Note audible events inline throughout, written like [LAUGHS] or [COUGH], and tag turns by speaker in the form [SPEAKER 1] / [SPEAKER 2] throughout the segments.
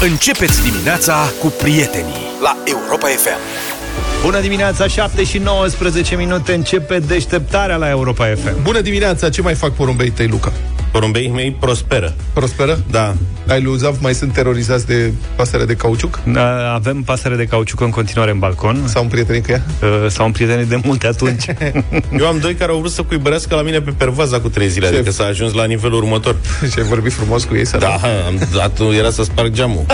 [SPEAKER 1] Începeți dimineața cu prietenii la Europa FM.
[SPEAKER 2] Bună dimineața, 7 și 19 minute începe deșteptarea la Europa FM.
[SPEAKER 3] Bună dimineața, ce mai fac porumbei tăi, Luca?
[SPEAKER 4] Porumbeii mei prosperă.
[SPEAKER 3] Prosperă?
[SPEAKER 4] Da.
[SPEAKER 3] Ai lui Zav, mai sunt terorizați de pasăre de cauciuc?
[SPEAKER 2] A, Da, Avem pasăre de cauciuc în continuare în balcon.
[SPEAKER 3] Sau un prieten cu ea? [LAUGHS]
[SPEAKER 2] Uh, S-au împrietenit de multe atunci.
[SPEAKER 4] Eu am doi care au vrut să cuibărească la mine pe pervaza cu trei zile,
[SPEAKER 3] Ce?
[SPEAKER 4] adică s-a ajuns la nivelul următor.
[SPEAKER 3] Și ai vorbit frumos cu ei, să
[SPEAKER 4] Da, am dat, era să sparg geamul.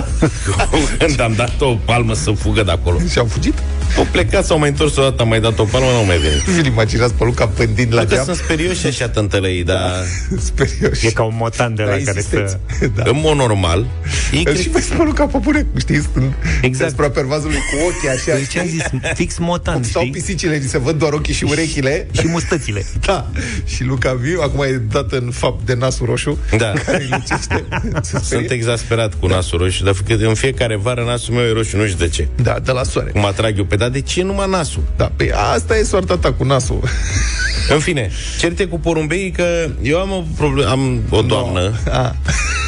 [SPEAKER 3] [LAUGHS]
[SPEAKER 4] Când am dat o palmă să fugă de acolo.
[SPEAKER 3] Și au fugit?
[SPEAKER 4] Au plecat, s-au mai întors o dată, am mai dat o palmă, n-au mai venit.
[SPEAKER 3] Nu vi-l imaginați pe Luca pândind la
[SPEAKER 4] Cred că
[SPEAKER 3] geam? [LAUGHS]
[SPEAKER 4] sunt sperioși așa da. tântălăii, dar
[SPEAKER 3] Sperioși.
[SPEAKER 2] e ca un motan de la care să...
[SPEAKER 3] da.
[SPEAKER 4] în mod normal, ei
[SPEAKER 3] Îl și
[SPEAKER 4] cred
[SPEAKER 3] mai pe Luca pe bune, știi, sunt
[SPEAKER 2] Exact.
[SPEAKER 3] exact. despre pervazului cu ochii așa.
[SPEAKER 2] Deci am zis, fix motan,
[SPEAKER 3] Stau
[SPEAKER 2] știi?
[SPEAKER 3] pisicile, li se văd doar ochii și
[SPEAKER 2] [LAUGHS]
[SPEAKER 3] urechile.
[SPEAKER 2] Și mustățile.
[SPEAKER 3] Da. Și Luca viu, acum e dat în fapt de nasul roșu.
[SPEAKER 4] Da.
[SPEAKER 3] Care îi
[SPEAKER 2] [LAUGHS]
[SPEAKER 3] lucește. Se
[SPEAKER 4] sunt
[SPEAKER 3] sperie.
[SPEAKER 4] exasperat cu nasul roșu, dar că în fiecare vară nasul meu e roșu, nu știu de ce.
[SPEAKER 3] Da, de la soare.
[SPEAKER 4] Cum atrag eu pe dar de ce numai nasul?
[SPEAKER 3] Da, pe asta e soarta ta cu nasul. [LAUGHS]
[SPEAKER 4] În fine, certe cu porumbeii că eu am o, problem, am o doamnă
[SPEAKER 3] A,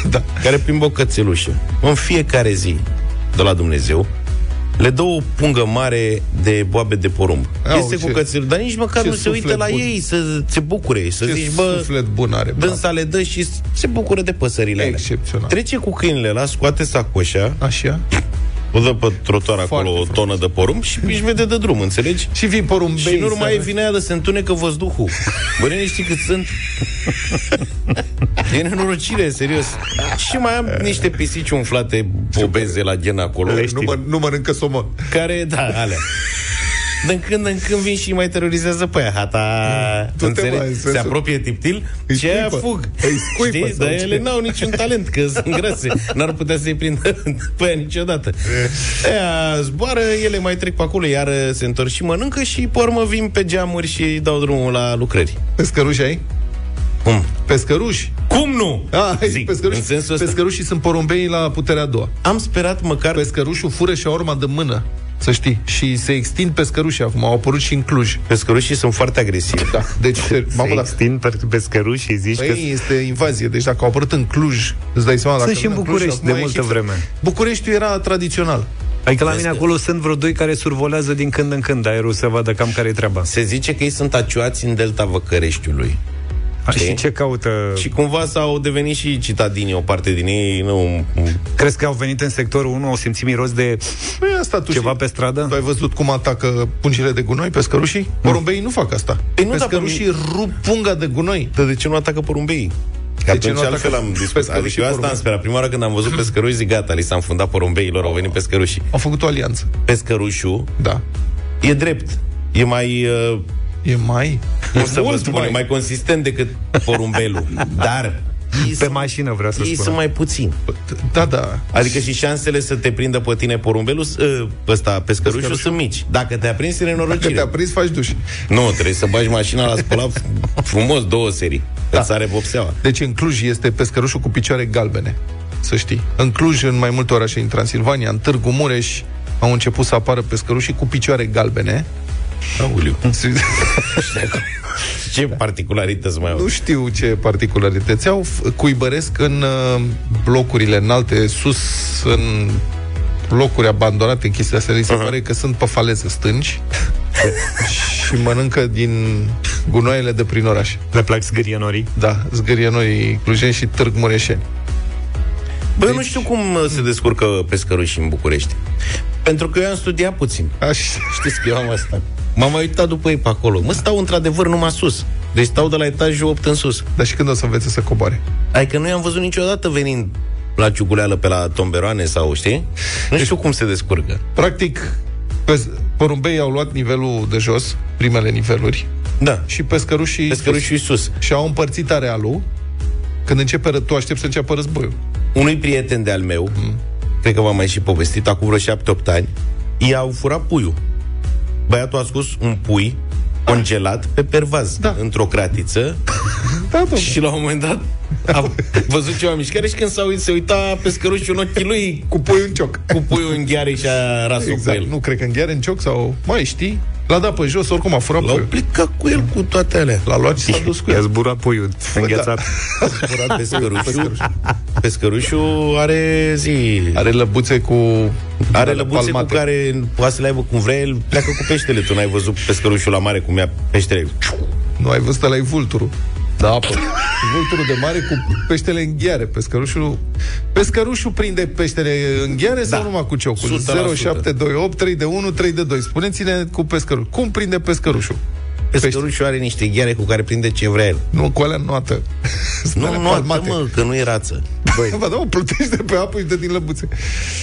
[SPEAKER 3] da.
[SPEAKER 4] care plimbă o cățelușă. În fiecare zi, de la Dumnezeu, le dă o pungă mare de boabe de porumb.
[SPEAKER 3] Au,
[SPEAKER 4] este cu
[SPEAKER 3] ce-
[SPEAKER 4] cățelul, dar nici măcar
[SPEAKER 3] ce
[SPEAKER 4] nu se
[SPEAKER 3] suflet
[SPEAKER 4] uită la
[SPEAKER 3] bun.
[SPEAKER 4] ei să se bucure, să
[SPEAKER 3] Ce
[SPEAKER 4] zici, bă,
[SPEAKER 3] suflet bun are. bravo.
[SPEAKER 4] dânsa le dă și se bucură de păsările alea.
[SPEAKER 3] Excepțional.
[SPEAKER 4] Trece cu câinile la, scoate sacoșa,
[SPEAKER 3] Așa.
[SPEAKER 4] o dă pe trotuar
[SPEAKER 3] Foarte
[SPEAKER 4] acolo o tonă de porumb și își vede de drum, înțelegi?
[SPEAKER 3] Și vii porumbei.
[SPEAKER 4] Și nu
[SPEAKER 3] să-
[SPEAKER 4] mai e vina aia de se întunecă văzduhul. Bă, nene, știi cât sunt? E nenorocire, serios. Și mai am niște pisici umflate obeze la gen acolo,
[SPEAKER 3] Păi, Nu, mă, nu mănâncă somon.
[SPEAKER 4] care, da, alea. Din când în când vin și îi mai terorizează pe aia. Hata,
[SPEAKER 3] Tu te
[SPEAKER 4] înțelegi?
[SPEAKER 3] mai, în
[SPEAKER 4] se
[SPEAKER 3] sensul-
[SPEAKER 4] apropie tiptil
[SPEAKER 3] Îi
[SPEAKER 4] și aia
[SPEAKER 3] scuipă.
[SPEAKER 4] fug.
[SPEAKER 3] Îi scuipă
[SPEAKER 4] Știi?
[SPEAKER 3] sau
[SPEAKER 4] Dar
[SPEAKER 3] ce?
[SPEAKER 4] ele n-au niciun talent, că sunt grase. N-ar putea să-i prindă [LAUGHS] pe aia niciodată. Eh. Aia zboară, ele mai trec pe acolo, iar se întorc și mănâncă și pe urmă vin pe geamuri și dau drumul la lucrări.
[SPEAKER 3] Pescăruși ai?
[SPEAKER 4] Cum?
[SPEAKER 3] Pescăruși?
[SPEAKER 4] Cum nu?
[SPEAKER 3] Ah,
[SPEAKER 4] Zic,
[SPEAKER 3] pescăruși.
[SPEAKER 4] în sensul ăsta.
[SPEAKER 3] Pescărușii sunt porumbeii la puterea a doua.
[SPEAKER 4] Am sperat măcar...
[SPEAKER 3] Pescărușul fură și urma de mână, să știi. Și se extind pescărușii acum, au apărut și în Cluj.
[SPEAKER 4] Pescărușii sunt foarte agresivi.
[SPEAKER 3] Da, deci, mamă,
[SPEAKER 2] Se
[SPEAKER 3] da.
[SPEAKER 2] extind pe, pe scăruși și zici că...
[SPEAKER 3] Păi, este invazie, deci dacă au apărut în Cluj, îți dai seama... dacă
[SPEAKER 2] și în
[SPEAKER 3] vin
[SPEAKER 2] București
[SPEAKER 3] acum
[SPEAKER 2] de
[SPEAKER 3] e
[SPEAKER 2] multă vreme.
[SPEAKER 3] Bucureștiul era tradițional.
[SPEAKER 2] Adică la mine
[SPEAKER 4] că-
[SPEAKER 2] acolo sunt vreo doi care survolează din când în când aerul să vadă cam care e treaba.
[SPEAKER 4] Se zice că ei sunt aciuați în delta Văcăreștiului.
[SPEAKER 2] Și ce caută?
[SPEAKER 4] Și cumva s-au devenit și citadini o parte din ei, nu...
[SPEAKER 2] Crezi că au venit în sectorul 1, au simțit miros de
[SPEAKER 3] Păi asta tu
[SPEAKER 2] ceva
[SPEAKER 3] și-
[SPEAKER 2] pe stradă?
[SPEAKER 3] Tu ai văzut cum atacă pungile de gunoi pescărușii? Porumbeii nu fac asta.
[SPEAKER 4] Păi nu, dar
[SPEAKER 3] pescărușii rup punga de gunoi.
[SPEAKER 4] Dar de ce nu atacă porumbeii? Că
[SPEAKER 3] De ce
[SPEAKER 4] atunci
[SPEAKER 3] nu
[SPEAKER 4] altfel
[SPEAKER 3] atacă
[SPEAKER 4] am discutat. Adică
[SPEAKER 3] pescărușii
[SPEAKER 4] eu asta am
[SPEAKER 3] porumbei?
[SPEAKER 4] sperat. Prima oară când am [CLEARS THROAT] văzut pescăruși, zic gata, li s-a înfundat porumbeilor, au venit pescărușii.
[SPEAKER 3] Au făcut o alianță.
[SPEAKER 4] Pescărușul
[SPEAKER 3] Da.
[SPEAKER 4] e drept. E mai... Uh,
[SPEAKER 3] E mai...
[SPEAKER 4] cum să vă
[SPEAKER 3] mult
[SPEAKER 4] spun, mai. mai consistent decât [LAUGHS] porumbelul. Dar... ei
[SPEAKER 2] Pe
[SPEAKER 4] sunt-
[SPEAKER 2] mașină vreau să
[SPEAKER 4] Ei
[SPEAKER 2] spun.
[SPEAKER 4] sunt mai puțini.
[SPEAKER 3] Da, da.
[SPEAKER 4] Adică și șansele să te prindă pe tine porumbelul, s- ă, ăsta, pescărușul, sunt mici. Dacă te-a prins, e
[SPEAKER 3] Că
[SPEAKER 4] nenorocire.
[SPEAKER 3] te-a prins, faci duș.
[SPEAKER 4] Nu, trebuie să bagi mașina la spălat [LAUGHS] frumos două serii. Da. Îți are vopseaua.
[SPEAKER 3] Deci în Cluj este pescărușul cu picioare galbene, să știi. În Cluj, în mai multe orașe din Transilvania, în Târgu Mureș, au început să apară pescărușii cu picioare galbene.
[SPEAKER 4] [LAUGHS] Auliu.
[SPEAKER 3] Se-
[SPEAKER 4] Ce particularități mai
[SPEAKER 3] nu
[SPEAKER 4] au?
[SPEAKER 3] știu ce particularități au, f- cuibăresc în uh, blocurile înalte, sus, în locuri abandonate, în chestia asta, li se pare că sunt pe faleză stângi și mănâncă din gunoaiele de prin oraș.
[SPEAKER 2] Le plac zgârienorii.
[SPEAKER 3] Da, zgârie noi clujeni și târg mureșeni.
[SPEAKER 4] Bă, nu știu cum uh, se descurcă pescărușii în București. Pentru că eu am studiat puțin.
[SPEAKER 3] Așa.
[SPEAKER 4] Știți că eu am asta. M-am mai uitat după ei pe acolo. Mă, stau într-adevăr numai sus. Deci stau de la etajul 8 în sus.
[SPEAKER 3] Dar și când o să învețe să coboare?
[SPEAKER 4] Adică nu i-am văzut niciodată venind la ciuguleală pe la tomberoane sau, știi? Nu știu cum se descurcă.
[SPEAKER 3] Practic, pes- porumbei au luat nivelul de jos, primele niveluri,
[SPEAKER 4] Da.
[SPEAKER 3] și pescărușii,
[SPEAKER 4] Pescărușii sus.
[SPEAKER 3] și au împărțit arealul. Când începe ră- tu aștept să înceapă războiul.
[SPEAKER 4] unui prieten de-al meu, mm. cred că v-am mai și povestit, acum vreo 7-8 ani, i-au furat puiul. Băiatul a scos un pui congelat pe pervaz, da. într-o cratiță
[SPEAKER 3] Da, domnule.
[SPEAKER 4] [LAUGHS] și la un moment dat a văzut ceva mișcare și când s-a uit, se uita pescărușul în ochii lui
[SPEAKER 3] Cu pui în cioc.
[SPEAKER 4] cu puiul în gheare și a ras exact.
[SPEAKER 3] Exact.
[SPEAKER 4] cu el.
[SPEAKER 3] Nu cred că în gheare în cioc sau... Mai știi? L-a dat pe jos, oricum a furat
[SPEAKER 4] L-au
[SPEAKER 3] puiul.
[SPEAKER 4] plecat cu el cu toate alea.
[SPEAKER 3] [LAUGHS] L-a luat și s-a dus cu
[SPEAKER 2] I-a
[SPEAKER 3] el.
[SPEAKER 2] zburat puiul înghețat.
[SPEAKER 4] furat pescărușul. Pescărușul are zi...
[SPEAKER 3] Are lăbuțe cu...
[SPEAKER 4] Are
[SPEAKER 3] cu
[SPEAKER 4] lăbuțe cu
[SPEAKER 3] palmate.
[SPEAKER 4] care poate să le aibă cum vrei, el pleacă cu peștele. Tu n-ai văzut pescărușul la mare cum ia peștele?
[SPEAKER 3] Nu ai văzut la vulturul. Da, apă. vulturul de mare cu peștele în gheare. Pescărușul, pescărușul prinde peștele în gheare da. sau numai cu ciocul?
[SPEAKER 4] 100%.
[SPEAKER 3] 0728 3 de 1 3 de 2. Spuneți-ne cu pescărușul. Cum prinde pescărușul? păi,
[SPEAKER 4] Pescărușul are niște gheare cu care prinde ce vrea el.
[SPEAKER 3] Nu, cu alea noată. Sunt
[SPEAKER 4] Nu,
[SPEAKER 3] alea
[SPEAKER 4] nu,
[SPEAKER 3] Da, palmate.
[SPEAKER 4] mă, că nu e rață.
[SPEAKER 3] Băi. Ba da, o plutește pe apă și dă din lăbuțe.
[SPEAKER 2] Da.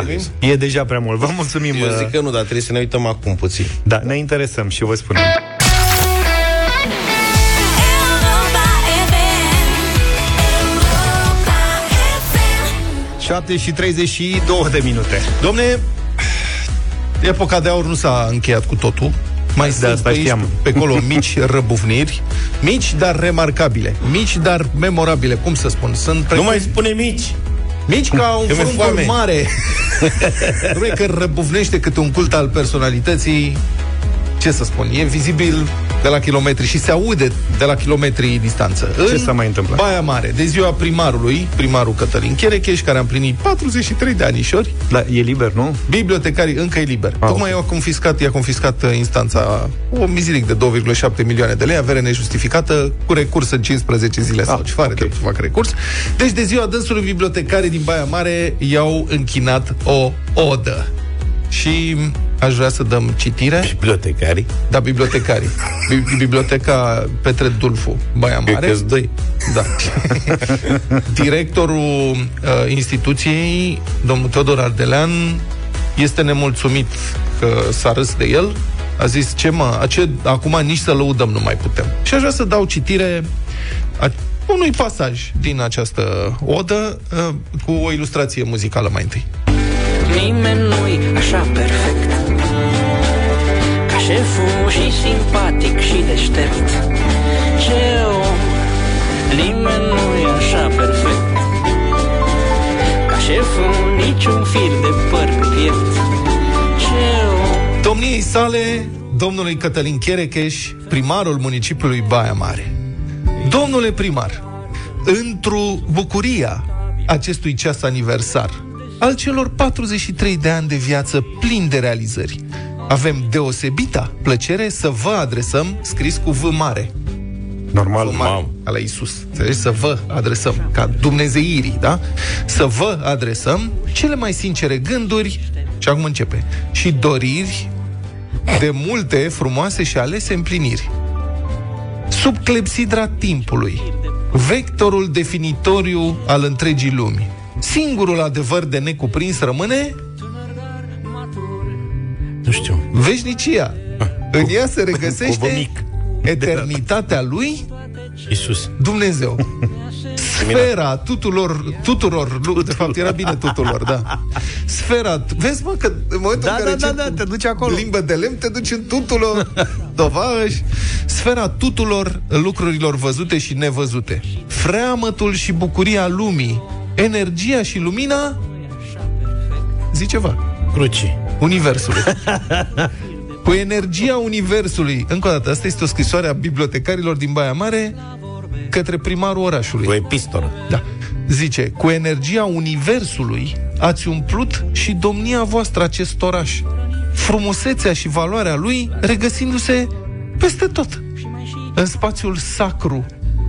[SPEAKER 3] Mulțumim.
[SPEAKER 2] E deja prea mult. Vă mulțumim.
[SPEAKER 4] Eu
[SPEAKER 2] uh,
[SPEAKER 4] zic că nu, dar trebuie să ne uităm acum puțin.
[SPEAKER 2] Da, ne interesăm și vă spunem.
[SPEAKER 5] Europa FM. Europa FM.
[SPEAKER 2] 7 și 32 de minute.
[SPEAKER 3] Domne, epoca de aur nu s-a încheiat cu totul. Mai de sunt
[SPEAKER 2] Da, asta
[SPEAKER 3] pe aici,
[SPEAKER 2] știam.
[SPEAKER 3] pe
[SPEAKER 2] [LAUGHS]
[SPEAKER 3] acolo mici răbufniri, mici, dar remarcabile, mici, dar memorabile, cum să spun. Sunt
[SPEAKER 4] Nu
[SPEAKER 3] precum,
[SPEAKER 4] mai spune mici!
[SPEAKER 3] mici ca un
[SPEAKER 4] că mi-e
[SPEAKER 3] fruncul
[SPEAKER 4] foame.
[SPEAKER 2] [LAUGHS]
[SPEAKER 3] mare. Dom'le, că răbufnește câte un cult al personalității, ce să spun, e vizibil de la kilometri și se aude de la kilometri distanță.
[SPEAKER 2] Ce s-a mai întâmplat?
[SPEAKER 3] Baia Mare, de ziua primarului, primarul Cătălin Cherecheș, care a împlinit 43 de anișori,
[SPEAKER 2] Da, e liber, nu?
[SPEAKER 3] Bibliotecarii încă e liber. Ah, Tocmai okay. a confiscat, i-a confiscat uh, instanța o miziric de 2,7 milioane de lei, avere nejustificată, cu recurs în 15 zile ah, sau ceva, okay. trebuie să fac recurs. Deci de ziua dânsului bibliotecarii din Baia Mare i-au închinat o odă. Și aș vrea să dăm citire,
[SPEAKER 4] Bibliotecarii?
[SPEAKER 3] dar bibliotecarii. Da, Bi- Biblioteca Petre Dulfu, Baia
[SPEAKER 4] Cred
[SPEAKER 3] Mare.
[SPEAKER 4] că doi.
[SPEAKER 3] Da. [LAUGHS] Directorul uh, instituției, domnul Teodor Ardelean, este nemulțumit că s-a râs de el. A zis, ce mă, ace, acum nici să lăudăm nu mai putem. Și aș vrea să dau citire a unui pasaj din această odă uh, cu o ilustrație muzicală mai întâi.
[SPEAKER 6] Nimeni nu-i așa perfect Ca șeful și simpatic și deștept Ce om Nimeni nu-i așa perfect Ca șeful niciun fir de păr pe piept Ce om
[SPEAKER 3] Domniei sale, domnului Cătălin Cherecheș, primarul municipiului Baia Mare. Domnule primar, întru bucuria acestui ceas aniversar, al celor 43 de ani de viață plin de realizări, avem deosebita plăcere să vă adresăm, scris cu V mare,
[SPEAKER 2] Normal.
[SPEAKER 3] al mare, al Iisus. Înțelegi? Să vă adresăm, ca dumnezeirii, da? Să vă adresăm cele mai sincere gânduri, și acum începe, și doriri de multe frumoase și alese împliniri. Sub clepsidra timpului, vectorul definitoriu al întregii lumi, singurul adevăr de necuprins rămâne
[SPEAKER 4] Nu știu.
[SPEAKER 3] veșnicia. În ea se
[SPEAKER 4] Ah, Cu
[SPEAKER 3] regăsește
[SPEAKER 4] vămic.
[SPEAKER 3] eternitatea lui
[SPEAKER 4] Iisus.
[SPEAKER 3] Dumnezeu.
[SPEAKER 2] [LAUGHS]
[SPEAKER 3] Sfera tuturor, tuturor, lu- de fapt era bine tuturor, da. Sfera, tu- vezi mă că în momentul
[SPEAKER 2] Da,
[SPEAKER 3] în care
[SPEAKER 2] da,
[SPEAKER 3] începi
[SPEAKER 2] da,
[SPEAKER 3] cu
[SPEAKER 2] da, te duci acolo.
[SPEAKER 3] Limbă de lemn, te duci în tutulor, tovaș. Sfera tuturor lucrurilor văzute și nevăzute. Freamătul și bucuria lumii, energia și lumina,
[SPEAKER 2] Păi
[SPEAKER 3] zi ceva.
[SPEAKER 4] Cruci.
[SPEAKER 3] Universului. [LAUGHS] Cu energia Universului. Încă o dată, asta este o scrisoare a bibliotecarilor din Baia Mare către primarul orașului.
[SPEAKER 4] Cu epistolă.
[SPEAKER 3] Da. Zice, cu energia Universului ați umplut și domnia voastră acest oraș, frumusețea și valoarea lui regăsindu-se peste tot, în spațiul sacru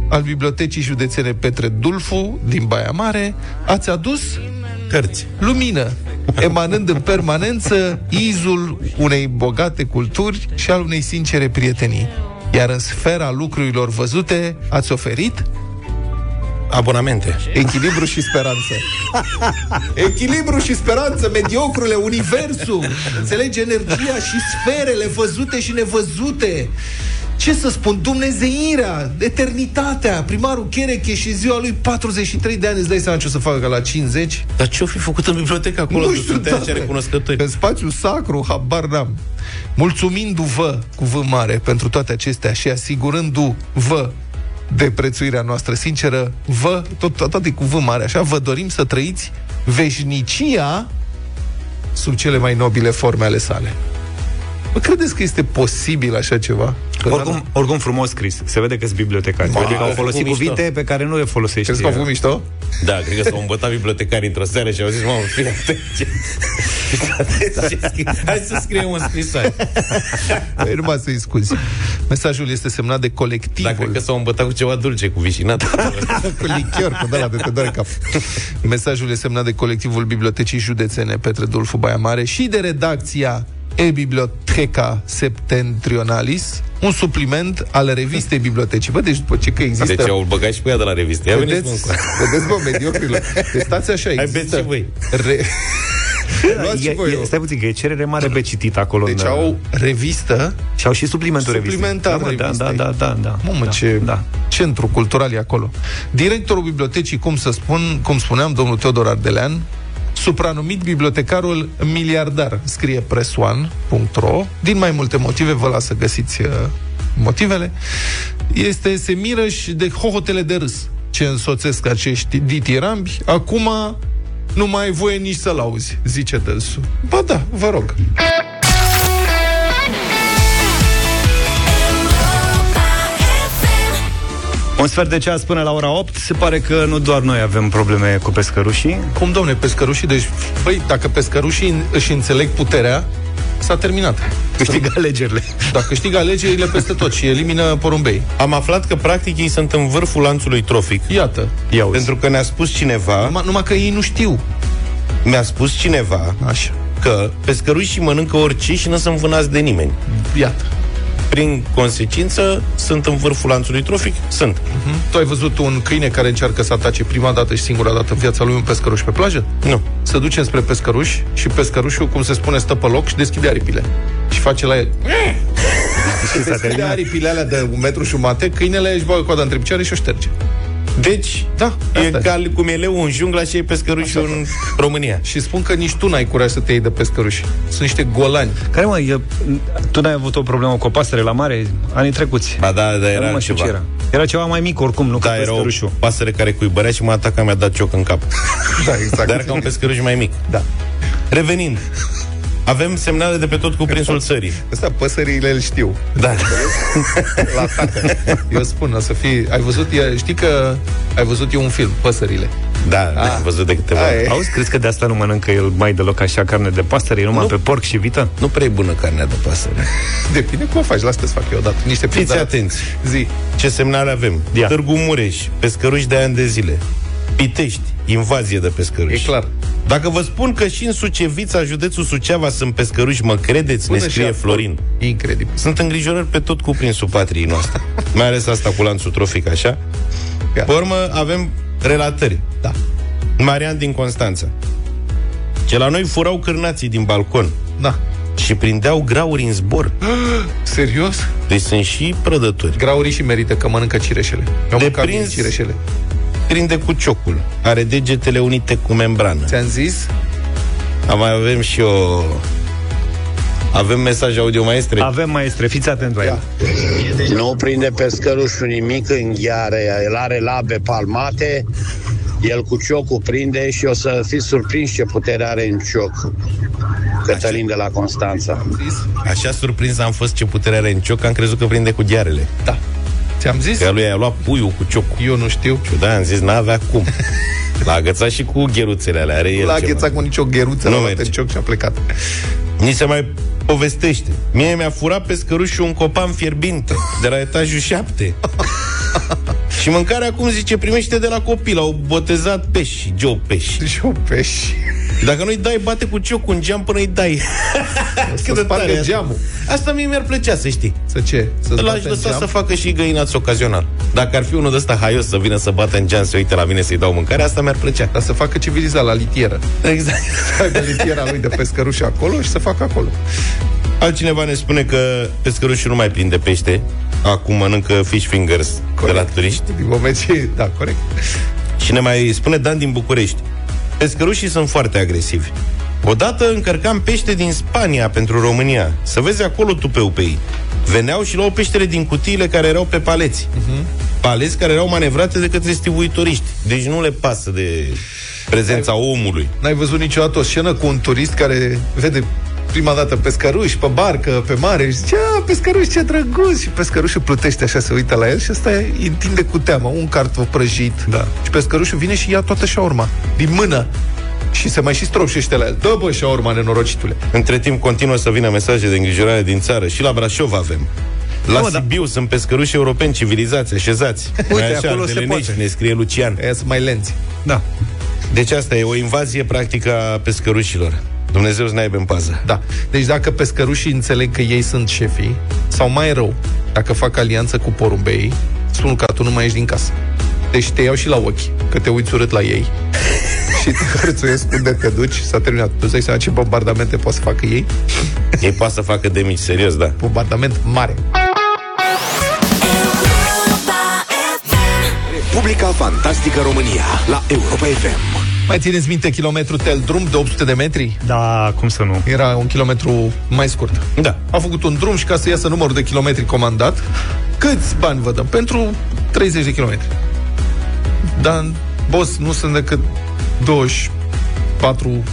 [SPEAKER 3] al Bibliotecii Județene Petre Dulfu din Baia Mare, ați adus
[SPEAKER 4] Cărți.
[SPEAKER 3] lumină, emanând în permanență izul unei bogate culturi și al unei sincere prietenii. Iar în sfera lucrurilor văzute ați oferit
[SPEAKER 4] Abonamente.
[SPEAKER 3] echilibru și speranță. [LAUGHS] echilibru și speranță, mediocrule, universul, înțelegi energia și sferele văzute și nevăzute. Ce să spun, dumnezeirea, eternitatea, primarul Chereche și ziua lui 43 de ani, îți dai seama ce o să facă la 50?
[SPEAKER 4] Dar ce-o fi făcut în bibliotecă acolo?
[SPEAKER 3] Nu știu,
[SPEAKER 4] Suntem
[SPEAKER 3] doamne.
[SPEAKER 4] așa recunoscători.
[SPEAKER 3] În spațiu sacru, habar n-am. Mulțumindu-vă cu vă mare pentru toate acestea și asigurându-vă de prețuirea noastră sinceră, vă, tot, tot, toate cu vă mare, așa, vă dorim să trăiți veșnicia sub cele mai nobile forme ale sale. Bă, credeți că este posibil așa ceva? Până la-
[SPEAKER 2] Oricum, oricum frumos scris. Se vede că sunt bibliotecari.
[SPEAKER 4] Ba,
[SPEAKER 2] Adică au
[SPEAKER 4] au
[SPEAKER 2] folosit
[SPEAKER 4] făcut mișto.
[SPEAKER 2] cuvinte pe care nu le folosești.
[SPEAKER 3] Crezi că au făcut mișto?
[SPEAKER 4] Da, cred că s-au îmbătat bibliotecarii într-o seară și au zis, mamă, fii [LAUGHS] atent ce... Fii atent ce scrie. Hai să scriem o scrisoare.
[SPEAKER 3] [LAUGHS] Păi numai să-i scuzi. Mesajul este semnat de colectivul.
[SPEAKER 4] Dar Da, cred că s-au îmbătat cu ceva dulce, cu vișinat.
[SPEAKER 3] cu lichior, cu de la de te doare cap. Mesajul este semnat de colectivul Bibliotecii Județene Petre Dulfu Baia Mare și de redacția E-Biblioteca Septentrionalis, un supliment al revistei bibliotecii. Bă, deci după ce că există...
[SPEAKER 4] Deci au băgat și pe ea de la revistă. Ia veniți, mă,
[SPEAKER 3] Vedeți,
[SPEAKER 4] încoace.
[SPEAKER 3] vedeți, bă, mediocrilor. Deci stați așa,
[SPEAKER 4] Hai
[SPEAKER 3] există...
[SPEAKER 4] beți și voi.
[SPEAKER 3] Re... Luați
[SPEAKER 2] E,
[SPEAKER 3] și voi.
[SPEAKER 2] e,
[SPEAKER 3] o-
[SPEAKER 2] stai puțin, că e cerere mare pe citit acolo.
[SPEAKER 3] Deci
[SPEAKER 2] în-
[SPEAKER 3] au revistă
[SPEAKER 2] Și au și suplimentul revistei.
[SPEAKER 3] Suplimentar
[SPEAKER 2] da, mă, da, da,
[SPEAKER 3] revistei.
[SPEAKER 2] da, da, da.
[SPEAKER 3] Mamă,
[SPEAKER 2] da,
[SPEAKER 3] ce
[SPEAKER 2] Da.
[SPEAKER 3] da. centru cultural e acolo. Directorul bibliotecii, cum să spun, cum spuneam, domnul Teodor Ardelean, supranumit bibliotecarul miliardar, scrie presoan.ro. Din mai multe motive vă las să găsiți uh, motivele. Este se miră și de hohotele de râs ce însoțesc acești ditirambi. Acum nu mai ai voie nici să-l auzi, zice dânsul. Ba da, vă rog.
[SPEAKER 2] Un sfert de ceas până la ora 8. Se pare că nu doar noi avem probleme cu pescărușii.
[SPEAKER 3] Cum, domne, pescărușii? Deci, băi, dacă pescărușii își înțeleg puterea, s-a terminat.
[SPEAKER 2] Câștigă alegerile.
[SPEAKER 3] Dacă câștigă alegerile peste tot și elimină porumbei.
[SPEAKER 4] Am aflat că practic ei sunt în vârful lanțului trofic.
[SPEAKER 3] Iată.
[SPEAKER 2] Ia uite.
[SPEAKER 4] Pentru că ne-a spus cineva,
[SPEAKER 3] Numai, numai că ei nu știu.
[SPEAKER 4] mi-a spus cineva
[SPEAKER 3] Așa.
[SPEAKER 4] că pescărușii mănâncă orice și nu sunt vânați de nimeni.
[SPEAKER 3] Iată.
[SPEAKER 4] Prin consecință, sunt în vârful lanțului trofic? Sunt.
[SPEAKER 3] Hm? Tu ai văzut un câine care încearcă să atace prima dată și singura dată în viața lui un pescăruș pe plajă?
[SPEAKER 4] Nu.
[SPEAKER 3] Se duce spre pescăruș și pescărușul, cum se spune, stă pe loc și deschide aripile. Și face la el. Și deschide aripile alea de un metru jumate, câinele își bagă coada între picioare și o șterge.
[SPEAKER 4] Deci,
[SPEAKER 3] Da,
[SPEAKER 4] e
[SPEAKER 3] asta e.
[SPEAKER 4] ca cum e leu în jungla și e pescărușul în România.
[SPEAKER 3] Și spun că nici tu n-ai curaj să te iei de pescăruși. Sunt niște golani.
[SPEAKER 2] Care, mă, e, tu n-ai avut o problemă cu o pasăre la mare anii trecuți?
[SPEAKER 4] Ba da, da,
[SPEAKER 2] nu
[SPEAKER 4] era
[SPEAKER 2] mă știu
[SPEAKER 4] ceva.
[SPEAKER 2] ce era. Era ceva mai mic oricum, nu
[SPEAKER 4] Da,
[SPEAKER 2] ca
[SPEAKER 4] era o
[SPEAKER 2] pescărușul.
[SPEAKER 4] pasăre care cuibărea și mă ataca, mi-a dat cioc în cap.
[SPEAKER 3] Da, exact.
[SPEAKER 4] Dar era ca un pescăruș mai mic.
[SPEAKER 3] Da.
[SPEAKER 4] Revenind, avem semnale de pe tot cuprinsul țării.
[SPEAKER 3] Asta păsările îl știu.
[SPEAKER 4] Da.
[SPEAKER 3] La atacă. Eu spun, o să fii... Ai văzut, e- știi că ai văzut eu un film, Păsările.
[SPEAKER 4] Da, am văzut de câteva
[SPEAKER 3] Aia
[SPEAKER 4] ori.
[SPEAKER 3] e.
[SPEAKER 2] [LAUGHS] Auzi, crezi că de asta nu mănâncă el mai deloc așa carne de pasăre, e numai
[SPEAKER 4] Nu.
[SPEAKER 2] pe porc și vită?
[SPEAKER 4] Nu prea e bună carnea de pasăre.
[SPEAKER 3] Depinde cum o faci, lasă să fac eu odată. Niște
[SPEAKER 4] Fiți
[SPEAKER 3] pizza.
[SPEAKER 4] atenți.
[SPEAKER 3] Zi.
[SPEAKER 4] Ce semnale avem?
[SPEAKER 2] Ia.
[SPEAKER 4] Târgu Mureș, pescăruși de ani de zile. Pitești, invazie de pescăruși.
[SPEAKER 3] E clar.
[SPEAKER 4] Dacă vă spun că și în Sucevița, județul Suceava, sunt pescăruși, mă credeți, ne
[SPEAKER 3] Până
[SPEAKER 4] scrie
[SPEAKER 3] și acolo.
[SPEAKER 4] Florin.
[SPEAKER 3] Incredibil.
[SPEAKER 4] Sunt îngrijorări pe tot cuprinsul patriei
[SPEAKER 3] [LAUGHS]
[SPEAKER 4] noastre. Mai ales asta cu lanțul trofic, așa.
[SPEAKER 3] Ia.
[SPEAKER 4] Pe urmă avem relatări. Da. Marian din Constanța. Ce la noi furau cârnații din balcon
[SPEAKER 3] Da.
[SPEAKER 4] și prindeau grauri în zbor.
[SPEAKER 3] Serios?
[SPEAKER 4] Deci sunt și prădători.
[SPEAKER 3] Graurii și merită că mănâncă cireșele. Eu
[SPEAKER 4] De
[SPEAKER 3] mâncat
[SPEAKER 4] prins.
[SPEAKER 3] din cireșele.
[SPEAKER 4] Prinde cu ciocul. Are degetele unite cu membrană.
[SPEAKER 3] Ți-am zis?
[SPEAKER 4] Am mai avem și o... Avem mesaj audio maestre?
[SPEAKER 2] Avem maestre, fiți atent la el.
[SPEAKER 7] Nu prinde pescărușul nimic în gheare, el are labe palmate, el cu ciocul prinde și o să fiți surprinși ce putere are în cioc. Cătălin de la Constanța.
[SPEAKER 4] Așa surprins am fost ce putere are în cioc, am crezut că prinde cu ghearele.
[SPEAKER 3] Da. Ți-am zis?
[SPEAKER 4] Că lui a luat puiul cu ciocul.
[SPEAKER 3] Eu nu știu.
[SPEAKER 4] Și da, am zis, n-avea cum. L-a agățat și cu gheruțele alea, are el
[SPEAKER 3] L-a
[SPEAKER 4] ceva.
[SPEAKER 3] aghețat cu nicio gheruță,
[SPEAKER 4] Nu
[SPEAKER 3] l-a luat
[SPEAKER 4] merge.
[SPEAKER 3] în cioc și a plecat.
[SPEAKER 4] Ni se mai povestește. Mie mi-a furat pescărușul un copan fierbinte de la etajul 7. și mâncarea, cum zice, primește de la copil. Au botezat pești, Joe Pești.
[SPEAKER 3] Și o peș.
[SPEAKER 4] Dacă nu-i dai, bate cu ciocul în geam până îi dai.
[SPEAKER 3] Să spargă geamul.
[SPEAKER 4] Asta mie mi-ar plăcea să știi.
[SPEAKER 3] Să ce? Să
[SPEAKER 4] L-aș lăsa să facă și găinați ocazional. Dacă ar fi unul de ăsta haios să vină să bată în geam, să uite la mine să-i dau mâncare, asta mi-ar plăcea.
[SPEAKER 3] Dar Deci să facă civilizat la
[SPEAKER 4] [LAUGHS]
[SPEAKER 3] litieră.
[SPEAKER 4] Exact.
[SPEAKER 3] Să aibă litiera lui de pescăruș acolo și să facă acolo.
[SPEAKER 4] Altcineva ne spune că pescărușul nu mai prinde pește. Acum mănâncă fish fingers Corect. de la turiști.
[SPEAKER 3] Din moment ce... Da, corect.
[SPEAKER 4] Și ne mai spune Dan din București. Pescărușii sunt foarte agresivi. Odată încărcam pește din Spania pentru România. Să vezi acolo tupeu pe ei. Veneau și luau peștele din cutiile care erau pe paleți.
[SPEAKER 3] Mhm.
[SPEAKER 4] Paleți care erau manevrate de către stivuitoriști. Deci nu le pasă de prezența omului.
[SPEAKER 3] N-ai văzut niciodată o scenă cu un turist care vede prima dată pescăruși, pe barcă, pe mare și zice, a, pescăruși, ce drăguț! Și pescărușul plutește așa, se uită la el și ăsta îi întinde cu teamă un cartof prăjit. Da. Și pescărușul vine și ia toată șaurma din mână. Și se mai și stropșește la el. Dă bă, șaurma, nenorocitule.
[SPEAKER 4] Între timp continuă să vină mesaje de îngrijorare din țară și la Brașov avem. La
[SPEAKER 2] Mamă, da.
[SPEAKER 4] Sibiu sunt pescăruși europeni civilizați, așezați.
[SPEAKER 3] Uite, acolo se
[SPEAKER 4] ardelenești,
[SPEAKER 3] poate.
[SPEAKER 4] Ne scrie Lucian.
[SPEAKER 3] Aia sunt mai lenți.
[SPEAKER 2] Da.
[SPEAKER 4] Deci asta e o invazie practică a pescărușilor. Dumnezeu să ne aibă în pază.
[SPEAKER 3] Da. Deci dacă pescărușii înțeleg că ei sunt șefii, sau mai rău, dacă fac alianță cu porumbeii, spun că tu nu mai ești din casă. Deci te iau și la ochi, că te uiți urât la ei. și te hărțuiesc unde te duci, s-a terminat. Tu îți dai seama ce bombardamente poți să facă ei?
[SPEAKER 4] Ei poate să facă de mici, serios, da.
[SPEAKER 3] Bombardament mare.
[SPEAKER 5] Europa FM.
[SPEAKER 1] Republica Fantastică România la Europa FM.
[SPEAKER 3] Mai țineți minte kilometru tel drum de 800 de metri?
[SPEAKER 2] Da, cum să nu?
[SPEAKER 3] Era un kilometru mai scurt.
[SPEAKER 4] Da.
[SPEAKER 3] Am făcut un drum și ca să iasă numărul de kilometri comandat, câți bani vă dăm? Pentru 30 de kilometri. Dar, în boss, nu sunt decât 24,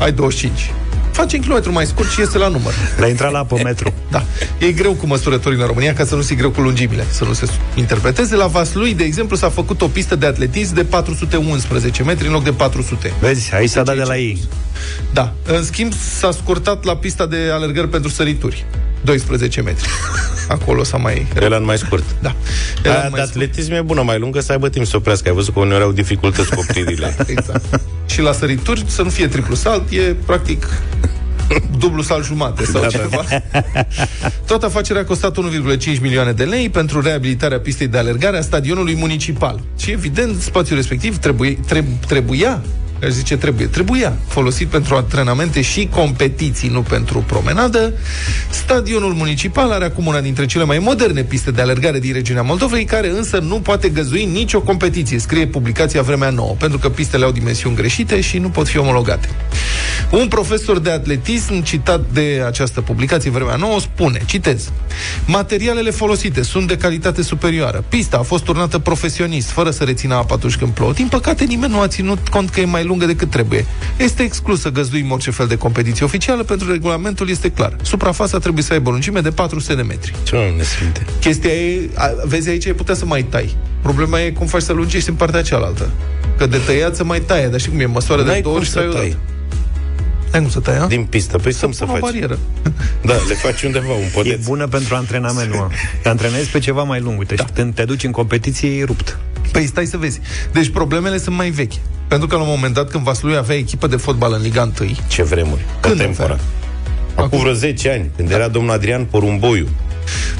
[SPEAKER 3] ai 25. Face un kilometru mai scurt și iese la număr.
[SPEAKER 2] La intrat la apometru.
[SPEAKER 3] Da. E greu cu măsurătorii în România ca să nu se greu cu lungimile, să nu se interpreteze. La Vaslui, de exemplu, s-a făcut o pistă de atletism de 411 metri în loc de 400.
[SPEAKER 2] Vezi, aici s-a dat de la ei.
[SPEAKER 3] Da. În schimb, s-a scurtat la pista de alergări pentru sărituri. 12 metri. Acolo s-a mai...
[SPEAKER 4] Elan mai scurt.
[SPEAKER 3] Da. Era
[SPEAKER 4] Aia
[SPEAKER 3] mai
[SPEAKER 4] de atletism e bună, mai lungă, să aibă timp să oprească. Ai văzut că uneori au dificultăți cu
[SPEAKER 3] [LAUGHS]
[SPEAKER 4] opririle.
[SPEAKER 3] scurt, Exact. și la sărituri să nu fie triplu salt, e practic dublu salt jumate sau da, ceva. Da. Toată afacerea a costat 1,5 milioane de lei pentru reabilitarea pistei de alergare a stadionului municipal. Și evident, spațiul respectiv trebuie, treb- trebuia aș zice trebuie, trebuia folosit pentru antrenamente și competiții, nu pentru promenadă. Stadionul municipal are acum una dintre cele mai moderne piste de alergare din regiunea Moldovei, care însă nu poate găzui nicio competiție, scrie publicația Vremea Nouă, pentru că pistele au dimensiuni greșite și nu pot fi omologate. Un profesor de atletism citat de această publicație Vremea Nouă spune, citez, Materialele folosite sunt de calitate superioară. Pista a fost turnată profesionist, fără să rețină apa atunci când plouă. Din păcate, nimeni nu a ținut cont că e mai lungă decât trebuie. Este exclus să găzduim orice fel de competiție oficială, pentru că regulamentul este clar. Suprafața trebuie să aibă o lungime de 400 de metri.
[SPEAKER 4] Ce ne sfinte?
[SPEAKER 3] Chestia e, a, vezi aici, ai putea să mai tai. Problema e cum faci să lungești în partea cealaltă. Că de tăiat să mai taie, dar știi cum e, măsoară de
[SPEAKER 4] N-ai
[SPEAKER 3] două
[SPEAKER 4] cum
[SPEAKER 3] ori și
[SPEAKER 4] să
[SPEAKER 3] tai.
[SPEAKER 4] tai
[SPEAKER 3] odată. N-ai cum să tai, a?
[SPEAKER 4] din pistă. Păi să să
[SPEAKER 3] Pun o
[SPEAKER 4] faci.
[SPEAKER 3] barieră.
[SPEAKER 4] Da, le faci undeva, un
[SPEAKER 2] E
[SPEAKER 4] podeț.
[SPEAKER 2] bună pentru antrenament, mă. Te antrenezi pe ceva mai lung. Uite, da. când te duci în competiție, e rupt.
[SPEAKER 3] Păi stai să vezi. Deci problemele sunt mai vechi. Pentru că la un moment dat când Vaslui avea echipă de fotbal în Liga 1,
[SPEAKER 4] Ce vremuri.
[SPEAKER 3] Când
[SPEAKER 4] Contemporan.
[SPEAKER 3] în Da.
[SPEAKER 4] Acum vreo 10 ani, când era domnul Adrian Porumboiu.